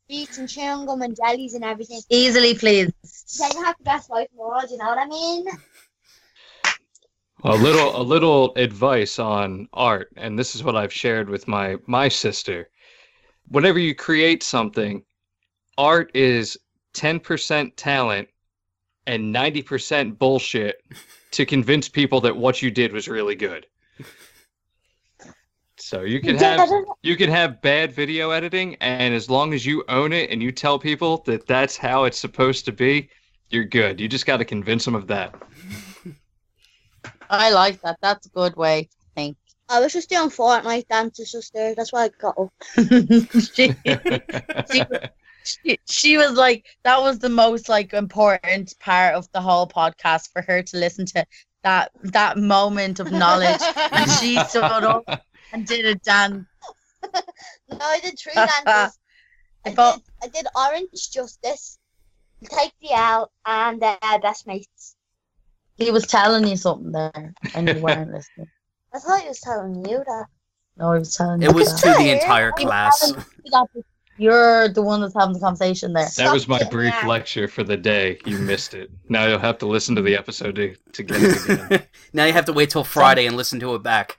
beats and chewing gum and jellies and everything.
Easily pleased.
Then you have the best life in the world. You know what I mean?
A little a little advice on art, and this is what I've shared with my my sister. Whenever you create something, art is 10% talent and 90% bullshit to convince people that what you did was really good. So you can have you can have bad video editing and as long as you own it and you tell people that that's how it's supposed to be, you're good. You just got to convince them of that.
I like that. That's a good way. [laughs]
I was just doing Fortnite dances just there. That's why I got up.
she, she, she was like that was the most like important part of the whole podcast for her to listen to that that moment of knowledge and she stood up and did a dance
[laughs] No, I did three dances. I did,
But-
I did Orange Justice, Take the L, and uh, Best Mates.
he was telling you something there and you weren't listening
I thought he was telling you that.
no he was telling you
It was
that.
to the entire class.
you're the one that's having the conversation there
That was my
Sucked it
brief
back.
lecture for the day. You missed it. Now you'll have to listen to the episode to, to get it
[laughs]
again.
[laughs] now you have to wait till Friday and listen to it back.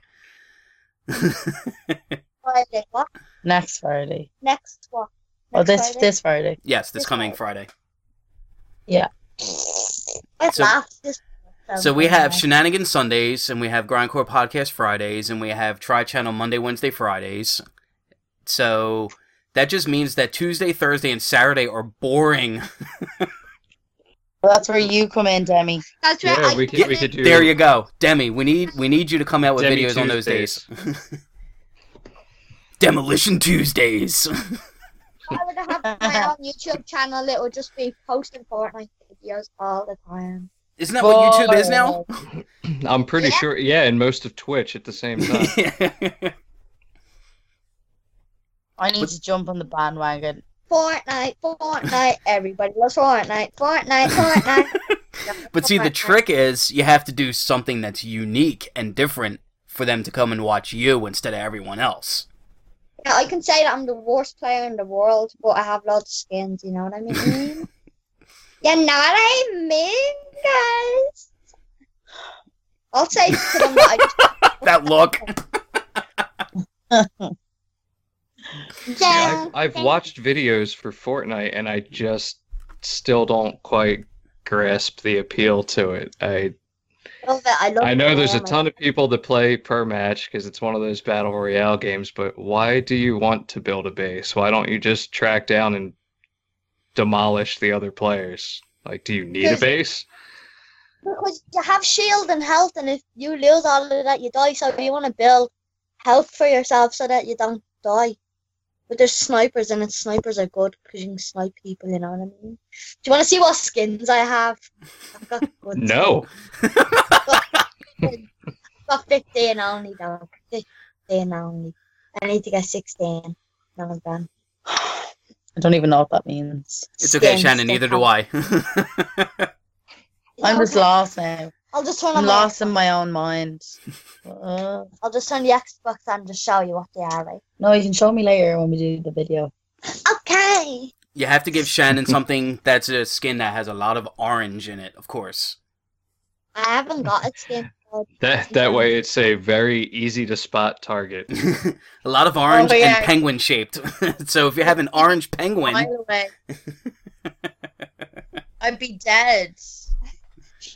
Friday, what?
next friday
Next what?
oh
Next
this
Friday?
this friday
Yes, this
This
coming Friday.
I've
so-
laughed this.
So we have Shenanigans Sundays, and we have Grindcore Podcast Fridays, and we have Tri Channel Monday, Wednesday, Fridays. So that just means that Tuesday, Thursday, and Saturday are boring. [laughs]
Well, that's where you come in demi
That's right.
Yeah,
I
we
did
could, we could do
There you go, Demi. We need we need you to come out with
Demi
videos on those days.
Tuesdays.
Demolition Tuesdays. [laughs]
If I would have my own YouTube channel, it would just be posting Fortnite videos all the time.
Isn't that what YouTube is now? [laughs]
[laughs] I'm pretty
Yeah.
sure. Yeah, and most of Twitch at the
[laughs]
same time.
i need to jump on the bandwagon
Fortnite, Fortnite, everybody loves Fortnite, Fortnite, Fortnite.
[laughs] but see, the
Fortnite.
trick is you have to do something that's unique and different for them to come and watch you instead of everyone else.
Now, I can say that I'm the worst player in the world, but I have lots of skins, you know what I
[laughs]
mean? you know what I mean, guys? I'll say to them that I
[laughs] That look.
Yeah,
I've, I've
thank-
watched videos for Fortnite, and I just still don't quite grasp the appeal to it. I
love it. I love
I know
it.
there's a
Yeah,
ton of people that play per match because it's one of those battle royale games, but why do you want to build a base? Why don't you just track down and demolish the other players? Like, do you need a
There's-
base?
Because you have shield and health, and if you lose all of that, you die. So you want to build health for yourself so that you don't die. But there's snipers, and it's snipers are good because you can snipe people. You know what I mean? Do you want to see what skins I have? I've got good.
No.
I've got 15 only though. 15 only. I need to get 16. No, I'm done.
I don't even know what that means.
It's okay,
Skins,
Shannon.
they
Neither do
have-
I. [laughs]
I'm just
Okay,
lost now.
I'll just turn on
I'm
my-
lost in my own mind. Uh,
I'll just turn the Xbox on to show you what they are. Right?
no, you can show me later when we do the video.
Okay.
you have to give [laughs] Shannon something that's a skin that has a lot of orange in it, of course. [laughs]
I haven't got a skin.
That that way it's a very easy to
[laughs]
spot target.
a lot of orange
Oh, yeah.
and penguin shaped. [laughs] so if you have an orange penguin, [laughs]
away, I'd be dead.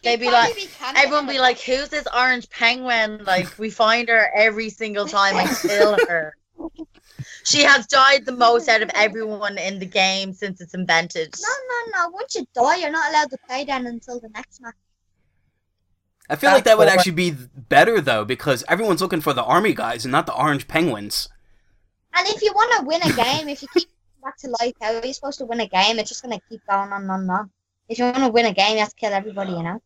They'd be like, everyone be like, "Who's this orange penguin?" Like we find her every single time. I kill her. She has died the most out of everyone in the game since it's invented.
No, no, no. Once you die, you're not allowed to play then until the next match.
I feel like that
That's
would
cool.
actually be better though, because everyone's looking for the army guys and not the orange penguins.
And if you want to win a game, if you
[laughs]
keep coming back to life, how are you supposed to win a game? It's just going to keep going on and on and on. If you want to win a game, you have to kill everybody, you know?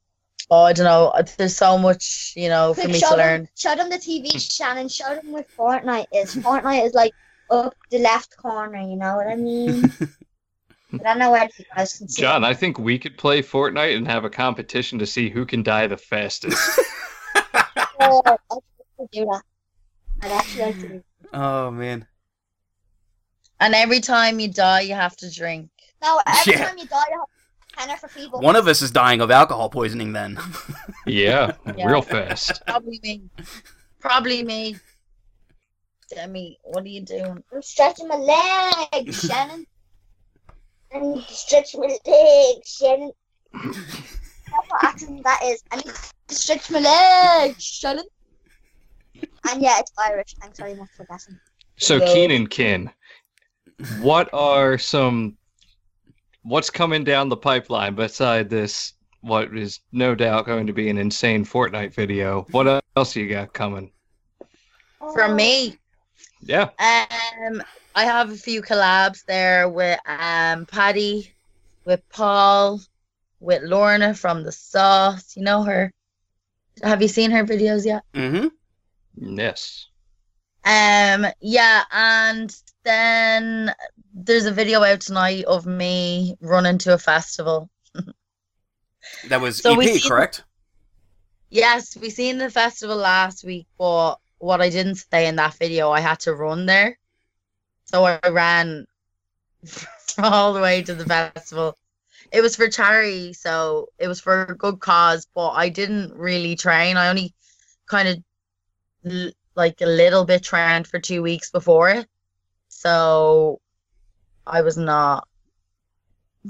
Oh, I don't know. There's so much, you know, for me to
show
learn.
Them, show them the TV, Shannon. Show them what Fortnite is. Fortnite is like up the left corner, you know what I
[laughs]
mean? but I don't know where you guys can see. it.
John, I think we could play Fortnite and have a competition to see who can die the fastest.
Oh, I'd like to do that. I'd actually like to do that.
Oh man.
And every time you die, you have to drink.
No, every
Yeah.
time you die, you have a tenner for people.
One of us is dying of alcohol poisoning then. [laughs]
yeah,
Yeah.
real fast.
Probably me. Probably me. Demi, what are you doing?
I'm stretching my legs, Shannon. I'm stretching my legs, Shannon. That's what accent that is. I need to stretch my legs, Shannon. And yeah, it's Irish. Thanks very much for guessing.
So
So-
Keenan Kin, what are some what's coming down the pipeline beside this what is no doubt going to be an insane Fortnite video? What else you got coming?
For me,
Yeah.
Um, I have a few collabs there with um Patty, with Paul, with Lorna from the Sauce. You know her. Have you seen her videos yet?
mm-hmm.
Yes.
Um, yeah, and then there's a video out tonight of me running to a festival.
That was
So we
EP,
see-
correct?
Yes, we seen the festival last week, but what I didn't say in that video, I had to run there. So I ran [laughs] all the way to the festival. It was for charity, so it was for a good cause, but I didn't really train. I only kind of l- like a little bit trained for two weeks before it. So I was not,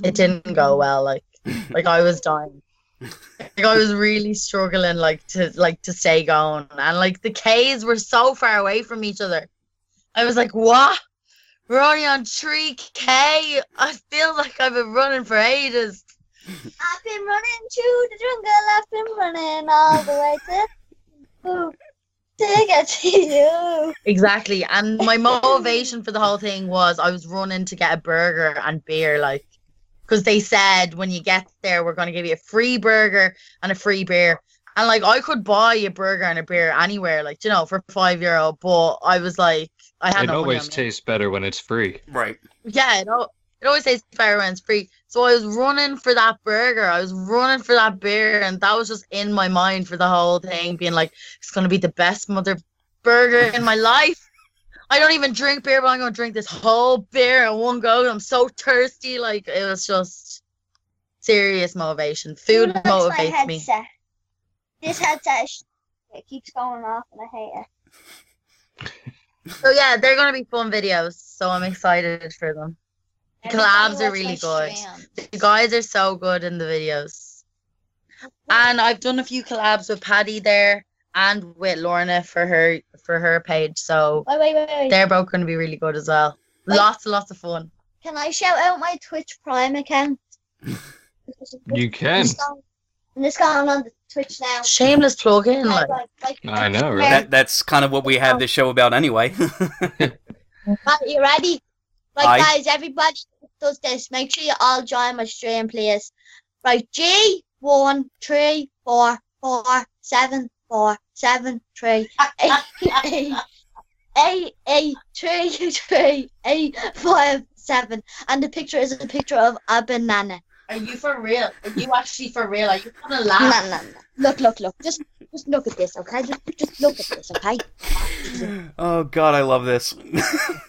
it didn't go well. Like, like I was dying like I was really struggling like to like to stay going and like the K's were so far away from each other. I was like, what? We're only on three K. I feel like I've been running for ages.
Oh, I've been running to the jungle. I've been running all the way to Ooh, to get to you.
Exactly. And my motivation for the whole thing was I was running to get a burger and beer, like because they said when you get there we're gonna give you a free burger and a free beer. And like I could buy a burger and a beer anywhere, like you know, for five euro. But I was like, I had
It
no money
always
on me.
tastes better when it's free.
Right.
Yeah, it, al- it always says fire runs free. So I was running for that burger. I was running for that beer. And that was just in my mind for the whole thing, being like, it's going to be the best mother burger in my life. I don't even drink beer, but I'm going to drink this whole beer in one go. I'm so thirsty. Like, it was just serious motivation. Food
Who likes my
motivates me.
headset? This headset is, it keeps going off, and I hate it.
So, yeah, they're going to be fun videos. So I'm excited for them. The collabs are really good. The guys are so good in the videos. And I've done a few collabs with Paddy there and with Lorna for her for her page. So
Wait, wait, wait, wait.
they're both gonna be really good as well.
Like-
Lots and lots of fun.
Can I shout out my Twitch Prime account?
You can.
This going- this going on the Twitch now.
Shameless plug in, like
Like, like,
I know, right?
Matt,
That that's kind of what we have this show about anyway. [laughs]
Matt, you ready? Right,
Aye.
guys, everybody who does this. Make sure you all join my stream, please. Right, G one three four four seven four seven three [laughs] eight eight eight eight three three eight five seven, and the picture is a picture of a banana.
Are you for real? Are you actually for real? Are you gonna
No, no, no. Ah. Look, look, look. Just, just look at this, okay? Just, just look at this, okay?
oh god, I love this.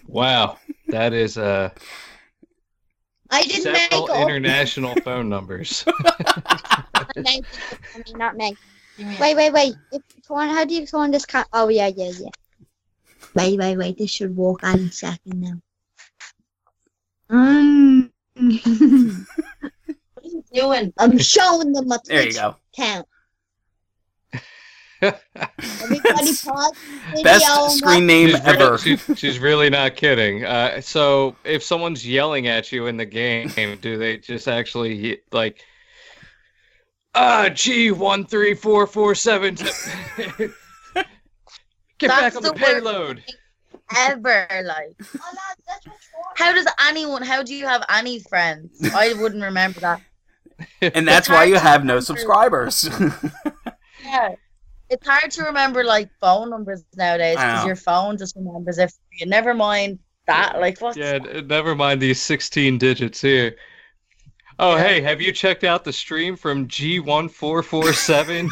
Wow. That is uh
I didn't make it.
several
up.
international phone numbers.
I made it. I mean, not me. Wait, wait, wait. If torn, how do you turn this car? Oh yeah, yeah, yeah. Wait, wait, wait. This should walk any second now. Mm.
what are you doing?
I'm showing them my
Mm. There you [laughs]
Twitch
go.
account. Everybody pause the video and
Best screen name
She's really-
ever.
she's, she's really not kidding. Uh, so if someone's yelling at you in the game, do they just actually y- like, ah, G one three four four seven? t-" [laughs] Get back
That's
on the,
the word.
payload.
Ever like
watch- Oh, no, that's what's wrong.
how does anyone how do you have any friends? I wouldn't remember that.
And that's why you have
[laughs]
no subscribers. [laughs]
Yeah. It's hard to remember like phone numbers nowadays
I
because
know.
your phone just remembers it. for you. Never mind that. Like what?
Yeah, n- never mind these sixteen digits here. Oh hey, have you checked out the stream from G one four four seven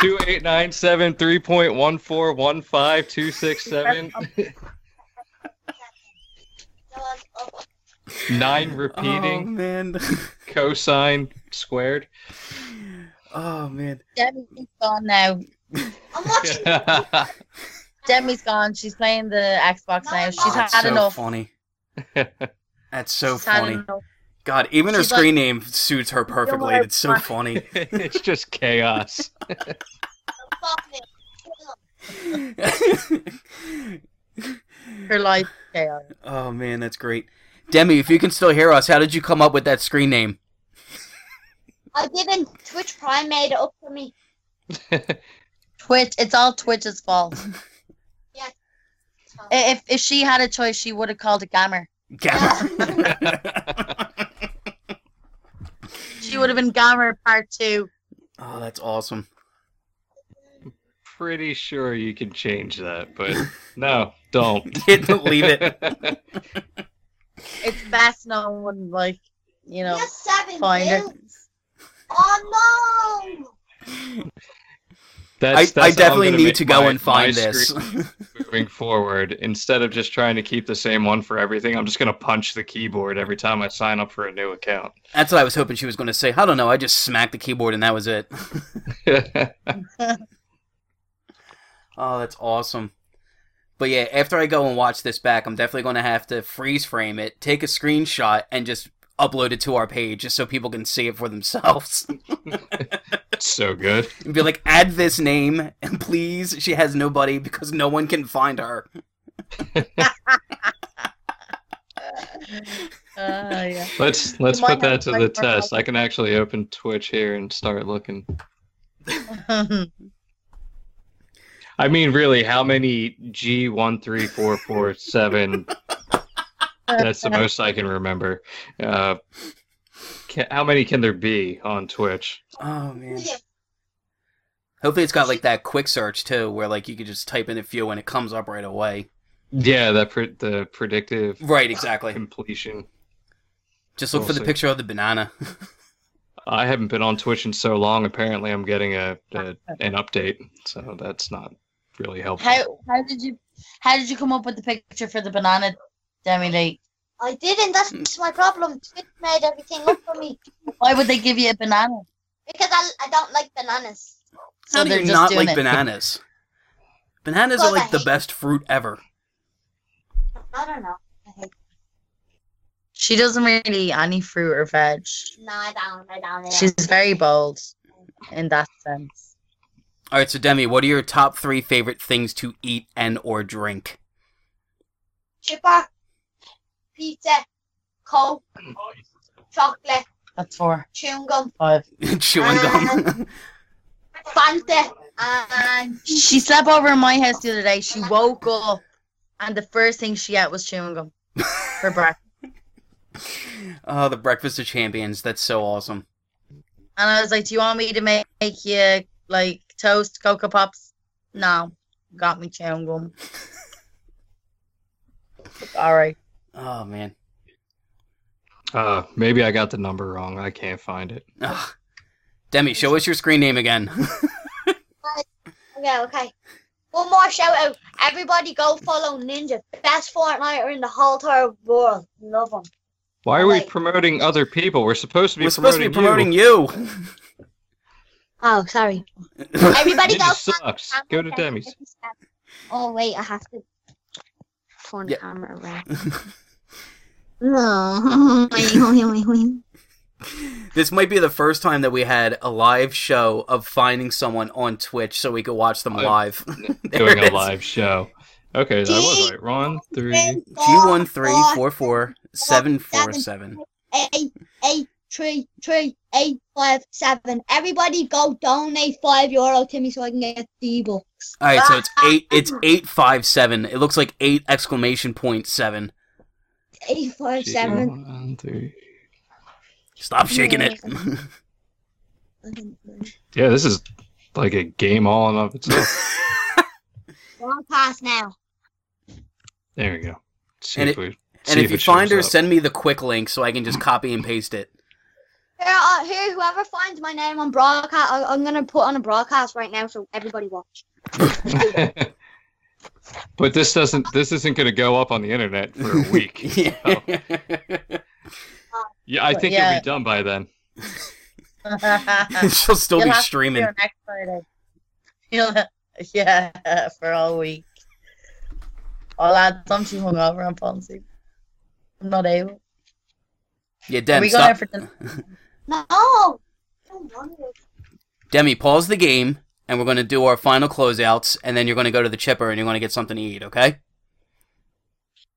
two eight nine seven three point one four one five two six seven?
No, I'm- oh,
Nine
oh
repeating
man. [laughs]
cosine squared.
Oh man.
[laughs] Demi's gone now.
I'm
[laughs]
watching.
Demi's gone. She's playing the Xbox now. She's
Oh,
That's
that's
had
so
enough.
funny. That's so
She's had
funny.
enough.
God, even her
She's like-
screen name suits her perfectly.
You're
It's so funny.
[laughs]
[laughs]
[laughs] it's just chaos.
Fuck me. Hold on.
Her life is chaos.
oh man, that's great. Demi, if you can still hear us, how did you come up with that screen name?
I didn't. Twitch Prime made it up for me.
Twitch. It's all Twitch's fault.
So,
I- If if she had a choice, she would have called it Gammer. [laughs]
Gamma.
She would have been Gammer Part Two.
oh, that's awesome. [laughs]
Pretty sure you can change that, but no, don't.
Leave
[laughs]
it.
It's best no one like you know.
we have seven
Find it.
bills. Oh no!
That's,
I,
that's how
I
I'm
definitely
gonna
need
make
to go
my-
and find
my
this.
screen Moving forward, instead of just trying to keep the same one for everything, I'm just gonna punch the keyboard every time I sign up for a new account.
[laughs]
[laughs]
That's what I was hoping she was going to say. I don't know. I just smacked the keyboard and that was it. Oh, that's awesome. But yeah, after I go and watch this back, I'm definitely going to have to freeze frame it, take a screenshot, and just upload it to our page just so people can see it for themselves. [laughs]
so good.
and be like, add this name, and please, she has nobody because no one can find her.
Uh, yeah.
Let's let's
might
put that
have
to
to
the
break our
test. I can actually open Twitch here and start looking. I mean, really, how many G one three four four seven? That's the most I can remember. Uh, ca how many can there be on Twitch?
Oh, man.
William,
Hopefully, it's got like that quick search too, where like you could just type in a few and it comes up right away.
Yeah, that pre- the predictive
Right, exactly.
completion.
Just look
We'll
for the
see.
picture of the banana.
I haven't been on Twitch in so long. Apparently, I'm getting a, a
[laughs]
an update, so that's not really helpful.
how how did you how did you come up with the picture for the banana, Demi Lee?
I didn't. That's my problem. Twitch made everything up for me
Why would they give you a banana?
because I, I don't like bananas.
So
How do
they're
you
just
not
doing
like
it.
bananas? Bananas
Because
are
I
like the
hate-
best fruit ever.
I don't know. I hate.
She doesn't really eat any fruit or veg.
No, I don't. I don't. I don't.
She's very bold in that sense.
All right, so Demi, what are your top three favorite things to eat and or drink? [laughs]
chipper, pizza, coke, chocolate,
That's four,
chewing gum,
five.
Chewing
[laughs]
gum.
Fanta, and
She slept over in my house the other day. She woke up, and the first thing she ate was chewing gum for breakfast.
oh, the breakfast of champions. That's so awesome.
And I was like, "Do you want me to make, make you like toast, cocoa pops?" No, got me chewing [laughs] gum. All
[laughs]
right,
Oh man.
Uh, maybe I got the number wrong. I can't find it.
Ugh. Demi, show us your screen name again.
okay, okay. One more shout out. Everybody go follow Ninja. Best Fortniter in the whole entire world. Love him.
Why are we
Like-
promoting other people? We're supposed to be
We're supposed to
promoting,
be promoting you.
Oh,
[coughs]
sorry. Everybody
you.
go.
Ninja sucks. Go to Demi's.
Oh wait, I have to turn the [laughs]
Yeah.
[laughs]
camera around. No. Wait, wait, wait, wait.
[laughs] This might be the first time that we had a live show of finding someone on Twitch so we could watch them
Oh, [laughs]
live. [laughs] There
doing
it
a
is.
live show. Okay, that was right. Ron three.
G1344747.
eight, eight, three, three, eight, five, seven. Everybody go donate five euro to me so I can get the e-books.
All right, so it's eight. It's eight five seven. It looks like eight exclamation point seven.
Eight, five,
G
seven.
one, three.
Stop shaking [laughs]
[laughs]
it.
Yeah, this is like a game all in of itself.
One pass now.
there we go. See
And
if
it-
we,
and
see
if you
it
find her,
shows up.
send me the quick link so I can just copy and paste it.
Here, uh, here, whoever finds my name on broadcast, I, I'm gonna put on a broadcast right now so everybody watch.
[laughs] but this doesn't. This isn't going to go up on the internet for
[laughs]
a week. Oh.
Yeah.
Yeah, I
But
think
yeah.
you'll be done by then.
She'll still
You'll
be
have to
streaming.
You're next Friday. You'll [laughs] have- yeah, for all week. Oh, lads, I'm too hungover on Ponzi. I'm not able.
Yeah, Dem,
we
stop.
got for dinner.
No. I don't want it.
Demi, pause the game, and we're going to do our final closeouts, and then you're going to go to the chipper and you're going to get something to eat, okay?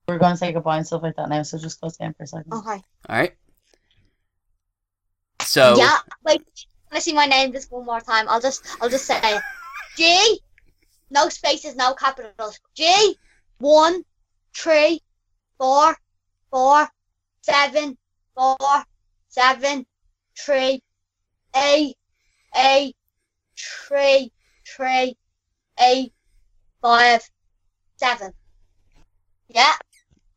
We're going to say goodbye and stuff like that now, so just close down for a second.
Okay.
All right. So,
Yeah. Wait. I want to see my name just one more time. I'll just, I'll just say [laughs] it. G. No spaces, no capitals. G. One, three, four, four, seven, four, seven, three, eight, eight, three, three, eight, five, seven. Yeah.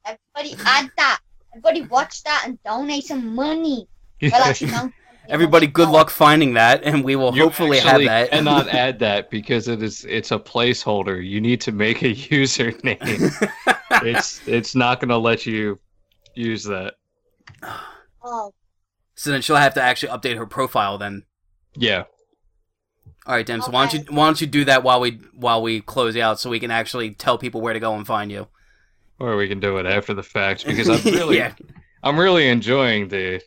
Everybody add that. Everybody watch that and donate some money. Well,
[laughs]
[laughs]
actually, no.
everybody, good luck finding that, and we will
You
hopefully have
actually
that.
cannot add that because it is it's a placeholder. You need to make a [laughs] username.
[laughs]
it's it's not going to let you use that.
Oh,
[laughs] so then she'll have to actually update her profile then.
Yeah.
All right, Dem, so why don't you why don't you do that while we while we close out so we can actually tell people where to go and find you.
Or we can do it after
[laughs]
the fact because I'm really
yeah,
I'm really enjoying the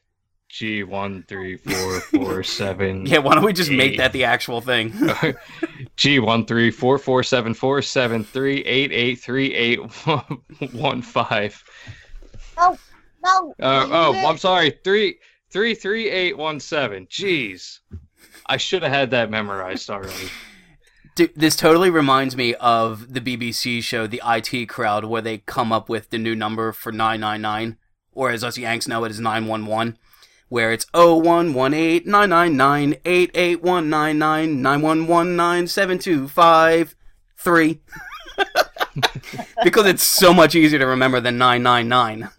G one three four four
[laughs]
seven
yeah, why don't we just make that the actual thing?
G one three four four seven four seven three eight eight three eight one five.
no.
Uh, oh,
You're-
I'm sorry. Three, three, three, eight, one, seven. Jeez, I should have had that memorized already.
Dude, this totally reminds me of the BBC show, The IT Crowd, where they come up with the new number for 999, or as us Yanks know, it is 911, where it's 0118 999 88199 9119725 [laughs] because it's so much easier to remember than 999.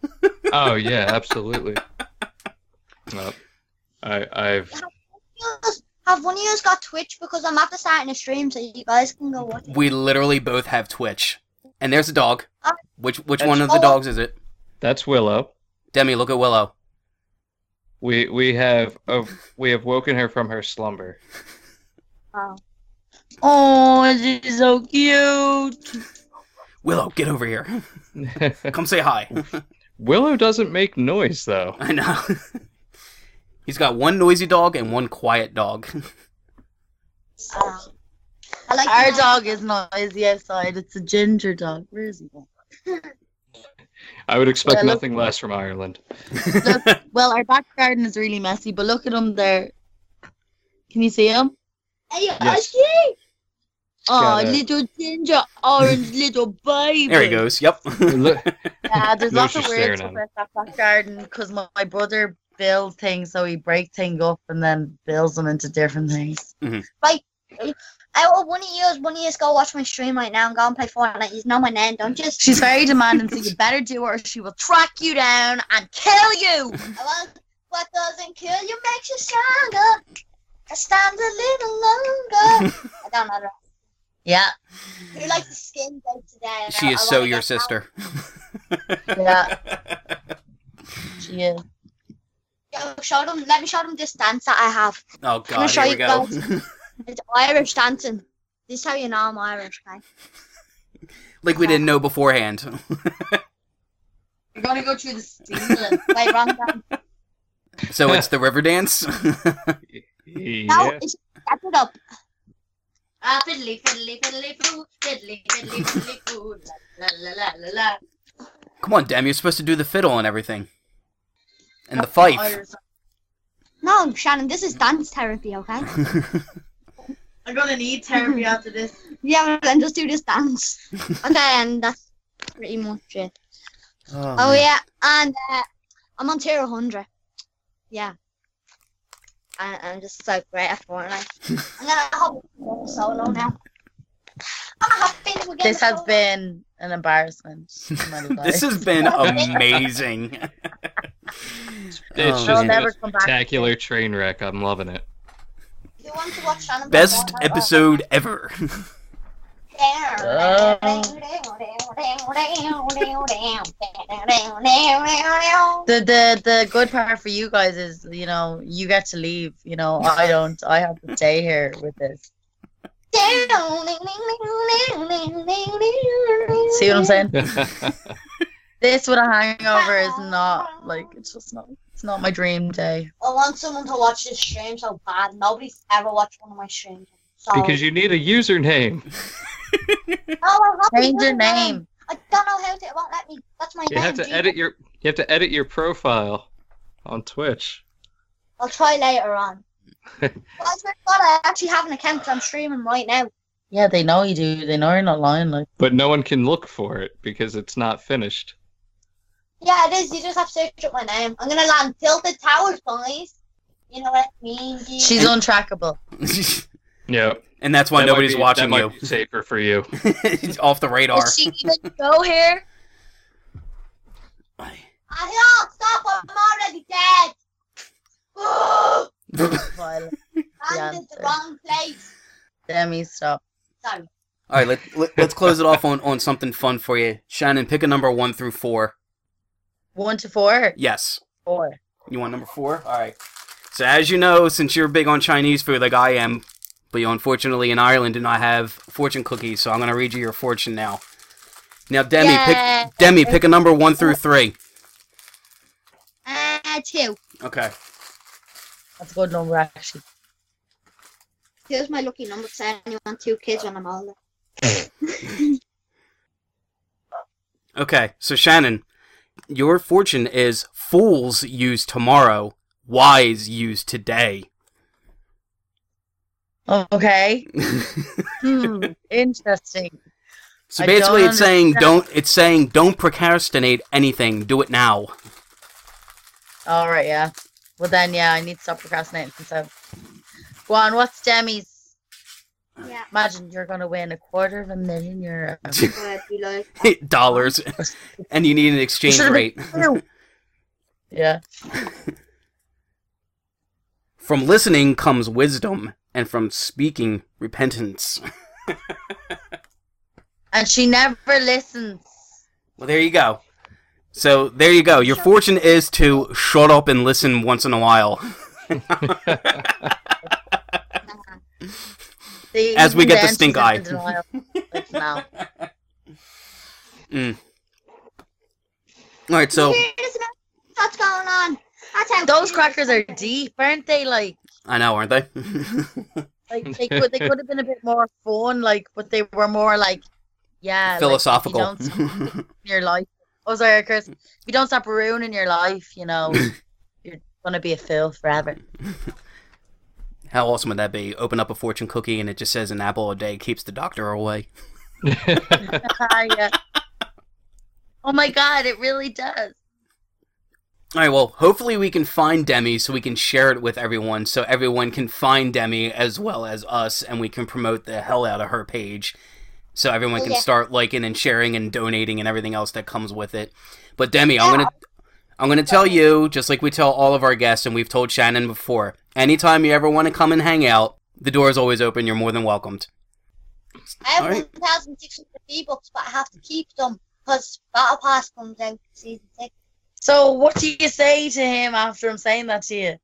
oh yeah, absolutely. Well, I, I've
Yous- Have one of you got Twitch? Because I'm after starting a stream, so you guys can go watch. it.
We literally both have Twitch. And there's a dog. Which which one of the
That's-
dogs is it?
that's Willow.
Demi, look at Willow.
We we have oh, we have woken her from her slumber.
Oh.
Oh, she's so cute.
Willow, get over here. [laughs] Come say hi. [laughs]
[laughs] Willow doesn't make noise though.
I know. [laughs] He's got one noisy dog and one quiet
[laughs]
dog.
Oh. I like
Our
the-
dog is noisy outside. It's a ginger dog. Where is he?
I would expect
Willow-
nothing less from Ireland.
Well, our back garden is really messy, but look at him there. Can you see him?
Hey, you
Yes.
guys,
It's
Oh,
got a-
little ginger orange little baby.
there he
[laughs]
goes. Yep.
[laughs]
Look-
Yeah,
[laughs]
there's
No,
lots of
she's
weird
staring
stuff
at
at that back garden because my, my brother builds things, so he breaks things up and then builds them into different things.
I want one of you. One of you go watch my stream right now and go and play Fortnite. You know my name, don't you?
[laughs]
She's very
[laughs]
demanding, so you better do it or she will track you down and kill you.
I want- What doesn't kill you makes you stronger. I stand a little
[laughs]
longer. I don't know. the rest.
Yeah,
You like the skin day today. and
she
I-
is
I
so
wanna
your
get
sister.
[laughs]
yeah. She is.
out. Yo, Show them. Let me show them this dance that I have.
Oh
gonna
god,
show
here we
you
go.
It's Irish dancing. This is how you know I'm Irish, okay?
[laughs] like we didn't know beforehand.
You're gonna go through the ceiling.
Wait, wrong dance. [laughs]
So it's the river dance. [laughs]
No,
Yeah.
it's step it up.
Ah, fiddly, fiddly, fiddly, foo, fiddly, fiddly, fiddly, foo, [laughs] la, la, la, la, la.
Come on, damn! You're supposed to do the fiddle and everything, and the fife.
Irish.
No, Shannon, this is dance therapy, okay?
[laughs]
I'm gonna need [laughs] therapy after this.
yeah, well, then just do this dance. okay, and that's pretty much it. Oh,
man.
yeah, and uh, I'm on tier 100. Yeah. And I'm just so great at Fortnite. I'm gonna hop into solo now. I'm happy that we're getting
This has
solo.
been an embarrassment. in my
[laughs] This
life.
[laughs]
has been amazing.
It's
Oh,
We'll
just
man.
never
a
come back.
spectacular train wreck. I'm loving it. [laughs]
You want to watch Shannon? play
Best
Fortnite?
episode ever. [laughs]
The, the the good part for you guys is you know you get to leave you know I don't I have to stay here with this see what I'm saying this with a hangover is not like it's just not it's not my dream day
I want someone to watch this stream so bad. Nobody's ever watched one of my streams. So
because you need a username.
no, I have to
change
do
your
it.
name
I don't know how to. It won't let me. That's my
You
name.
have to
G-
edit your you have to edit your profile on Twitch.
I'll try later
[laughs]
on. Well, I swear to God, I actually have an account 'cause I'm streaming right now.
yeah they know you do they know you're not lying like
But no one can look for it because it's not finished.
Yeah, it is. You just have to search up my name. I'm gonna land tilted towers, boys. You know what I mean? G-
she's untrackable
Yeah.
and that's why
That might
nobody's
be-
watching
that
you.
might be safer for you.
[laughs]
[laughs]
It's off the radar.
does she even go here
[laughs]
I oh, stop! I'm already dead. [gasps] Land
Violet
is the
Beyonce.
wrong place.
Demi stop
Sorry.
All right, let, let, let's close it off on, on something fun for you. Shannon, pick a number one through four.
one to four
Yes.
four
You want number four? All right. So, as you know, since you're big on Chinese food like I am, but you unfortunately in Ireland do not have fortune cookies, so I'm going to read you your fortune now. Now, Demi,
Yay.
pick Demi, pick a number one through three.
Uh, two.
Okay.
that's a good number actually
Here's my lucky number. Cause I only want two kids when I'm older.
Okay. So, Shannon, your fortune is fools use tomorrow, wise use today.
okay
[laughs]
hmm interesting
So
I
basically,
don't
it's saying
understand.
don't. It's saying don't procrastinate anything. Do it now. [laughs]
All right, yeah. Well then, yeah, I need to stop procrastinating. So, go on. What's Demi's?
Yeah.
Imagine you're gonna win a quarter of a million euro.
[laughs]
I'd be like,
Dollars, and you need an exchange
Should've
rate
yeah.
from listening comes wisdom, and from speaking repentance.
And she never listens.
Well, there you go. So there you go. Your fortune is to shut up and listen once in a while.
See,
As we
even
get the
then,
stink
she's in
eye.
denial. Like, no.
All right.
[laughs]
So
"Here's another- what's going on? That's how
Those crackers are deep, aren't they? Like,
I know, aren't they? [laughs]
like they could they could have been a bit more fun, like, but they were more like, yeah, like, if you
Philosophical.
don't stop ruining your life. Oh, sorry, Chris. If you don't stop ruining your life,
[laughs]
you know, you're gonna be a fool forever.
[laughs]
[laughs]
How awesome would that be? Open up a fortune cookie, and it just says an apple a day keeps the doctor away.
yeah. uh, Oh my god, it really does.
All right, well, hopefully we can find Demi so we can share it with everyone so everyone can find Demi as well as us and we can promote the hell out of her page so everyone can
Yeah.
start liking and sharing and donating and everything else that comes with it. But Demi, I'm going to I'm going to tell you just like we tell all of our guests and we've told Shannon before. Anytime you ever want to come and hang out, the door is always open. You're more than welcomed.
I have
Alright.
1,600 V-Bucks, but I have to keep them because Battle Pass comes out season 6.
So what do you say to him after I'm saying that to you?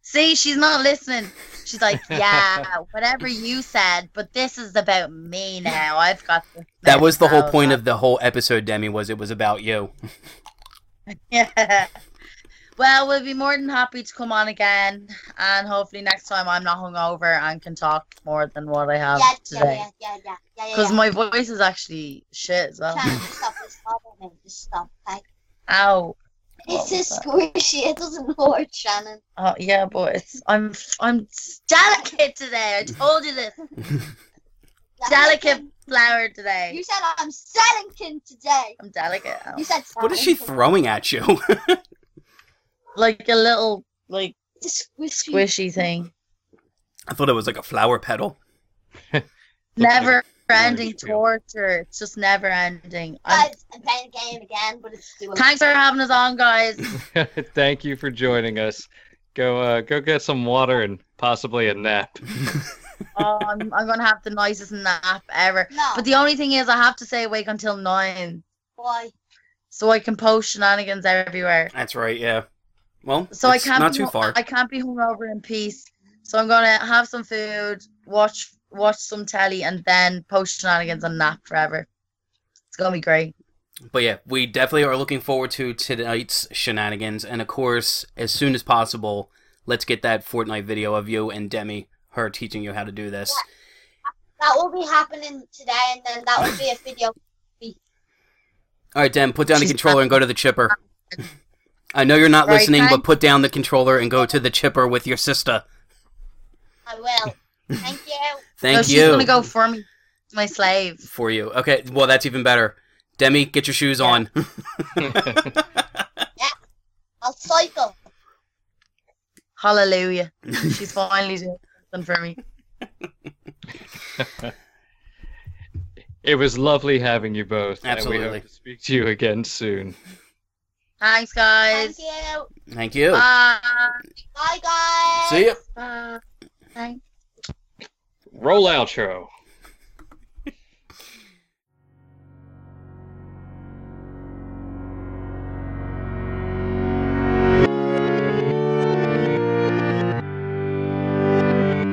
See, she's not listening. She's
[laughs]
like, Yeah, whatever you said, but this is about me now. I've got this
That was the whole
messed
point
up."
of the whole episode, Demi, was it was about you.
Yeah. [laughs] Well, we'll be more than happy to come on again, and hopefully next time I'm not hungover and can talk more than what I have
yeah, yeah, yeah,
today.
yeah, yeah, yeah, yeah.
Because
yeah.
my voice is actually shit as well. [laughs]
Chan, stop, it's bothering me. Just stop. Like,
Ow. What
this
was
is
that?
squishy. It [laughs] doesn't work, Shannon.
Oh yeah, but it's I'm I'm delicate today. I told
[laughs]
you this. Delicate flower today.
You said I'm Selenkin today.
I'm delicate. Ow.
You said
What is she
Selenkin.
throwing at you? [laughs]
Like a little like
It's squishy.
squishy thing.
I thought it was like a flower petal.
Looks like
Never ending
orange peel.
torture. It's just never ending. I'm-
Guys, I'm playing the game again, but it's doing.
Thanks for having us on, guys.
Thank you for joining us. Go uh, go get some water and possibly a nap. [laughs]
Oh, I'm, I'm gonna have the nicest nap ever.
No.
But the only thing is, I have to stay awake until nine
Why?
so I can post shenanigans everywhere.
That's right, yeah. Well,
So
it's
I can't
not
be
too
hung-
far.
I can't be hungover in peace. So I'm gonna have some food, watch watch some telly, and then post shenanigans and nap forever. It's gonna be great.
But yeah, we definitely are looking forward to tonight's shenanigans. And of course, as soon as possible, let's get that Fortnite video of you and Demi, her teaching you how to do this.
That will be happening today, and then that will be a video.
All right, Dem, put down the
She's
controller and go to the chipper. I know you're not
Right,
listening,
thank-
but put down the controller and go to the chipper with your sister.
I will. Thank you.
Thank
so she's
you
gonna go for me, my slave.
for you. Okay, well that's even better. Demi, get your shoes
Yeah.
on. [laughs]
I'll cycle.
Hallelujah.
[laughs]
She's finally doing something for me.
it was lovely having you both. And we
Absolutely.
hope to speak to you again soon.
Thanks, guys.
Thank you.
Thank you.
Bye.
Bye, guys.
See ya.
Bye. Thanks.
Roll outro.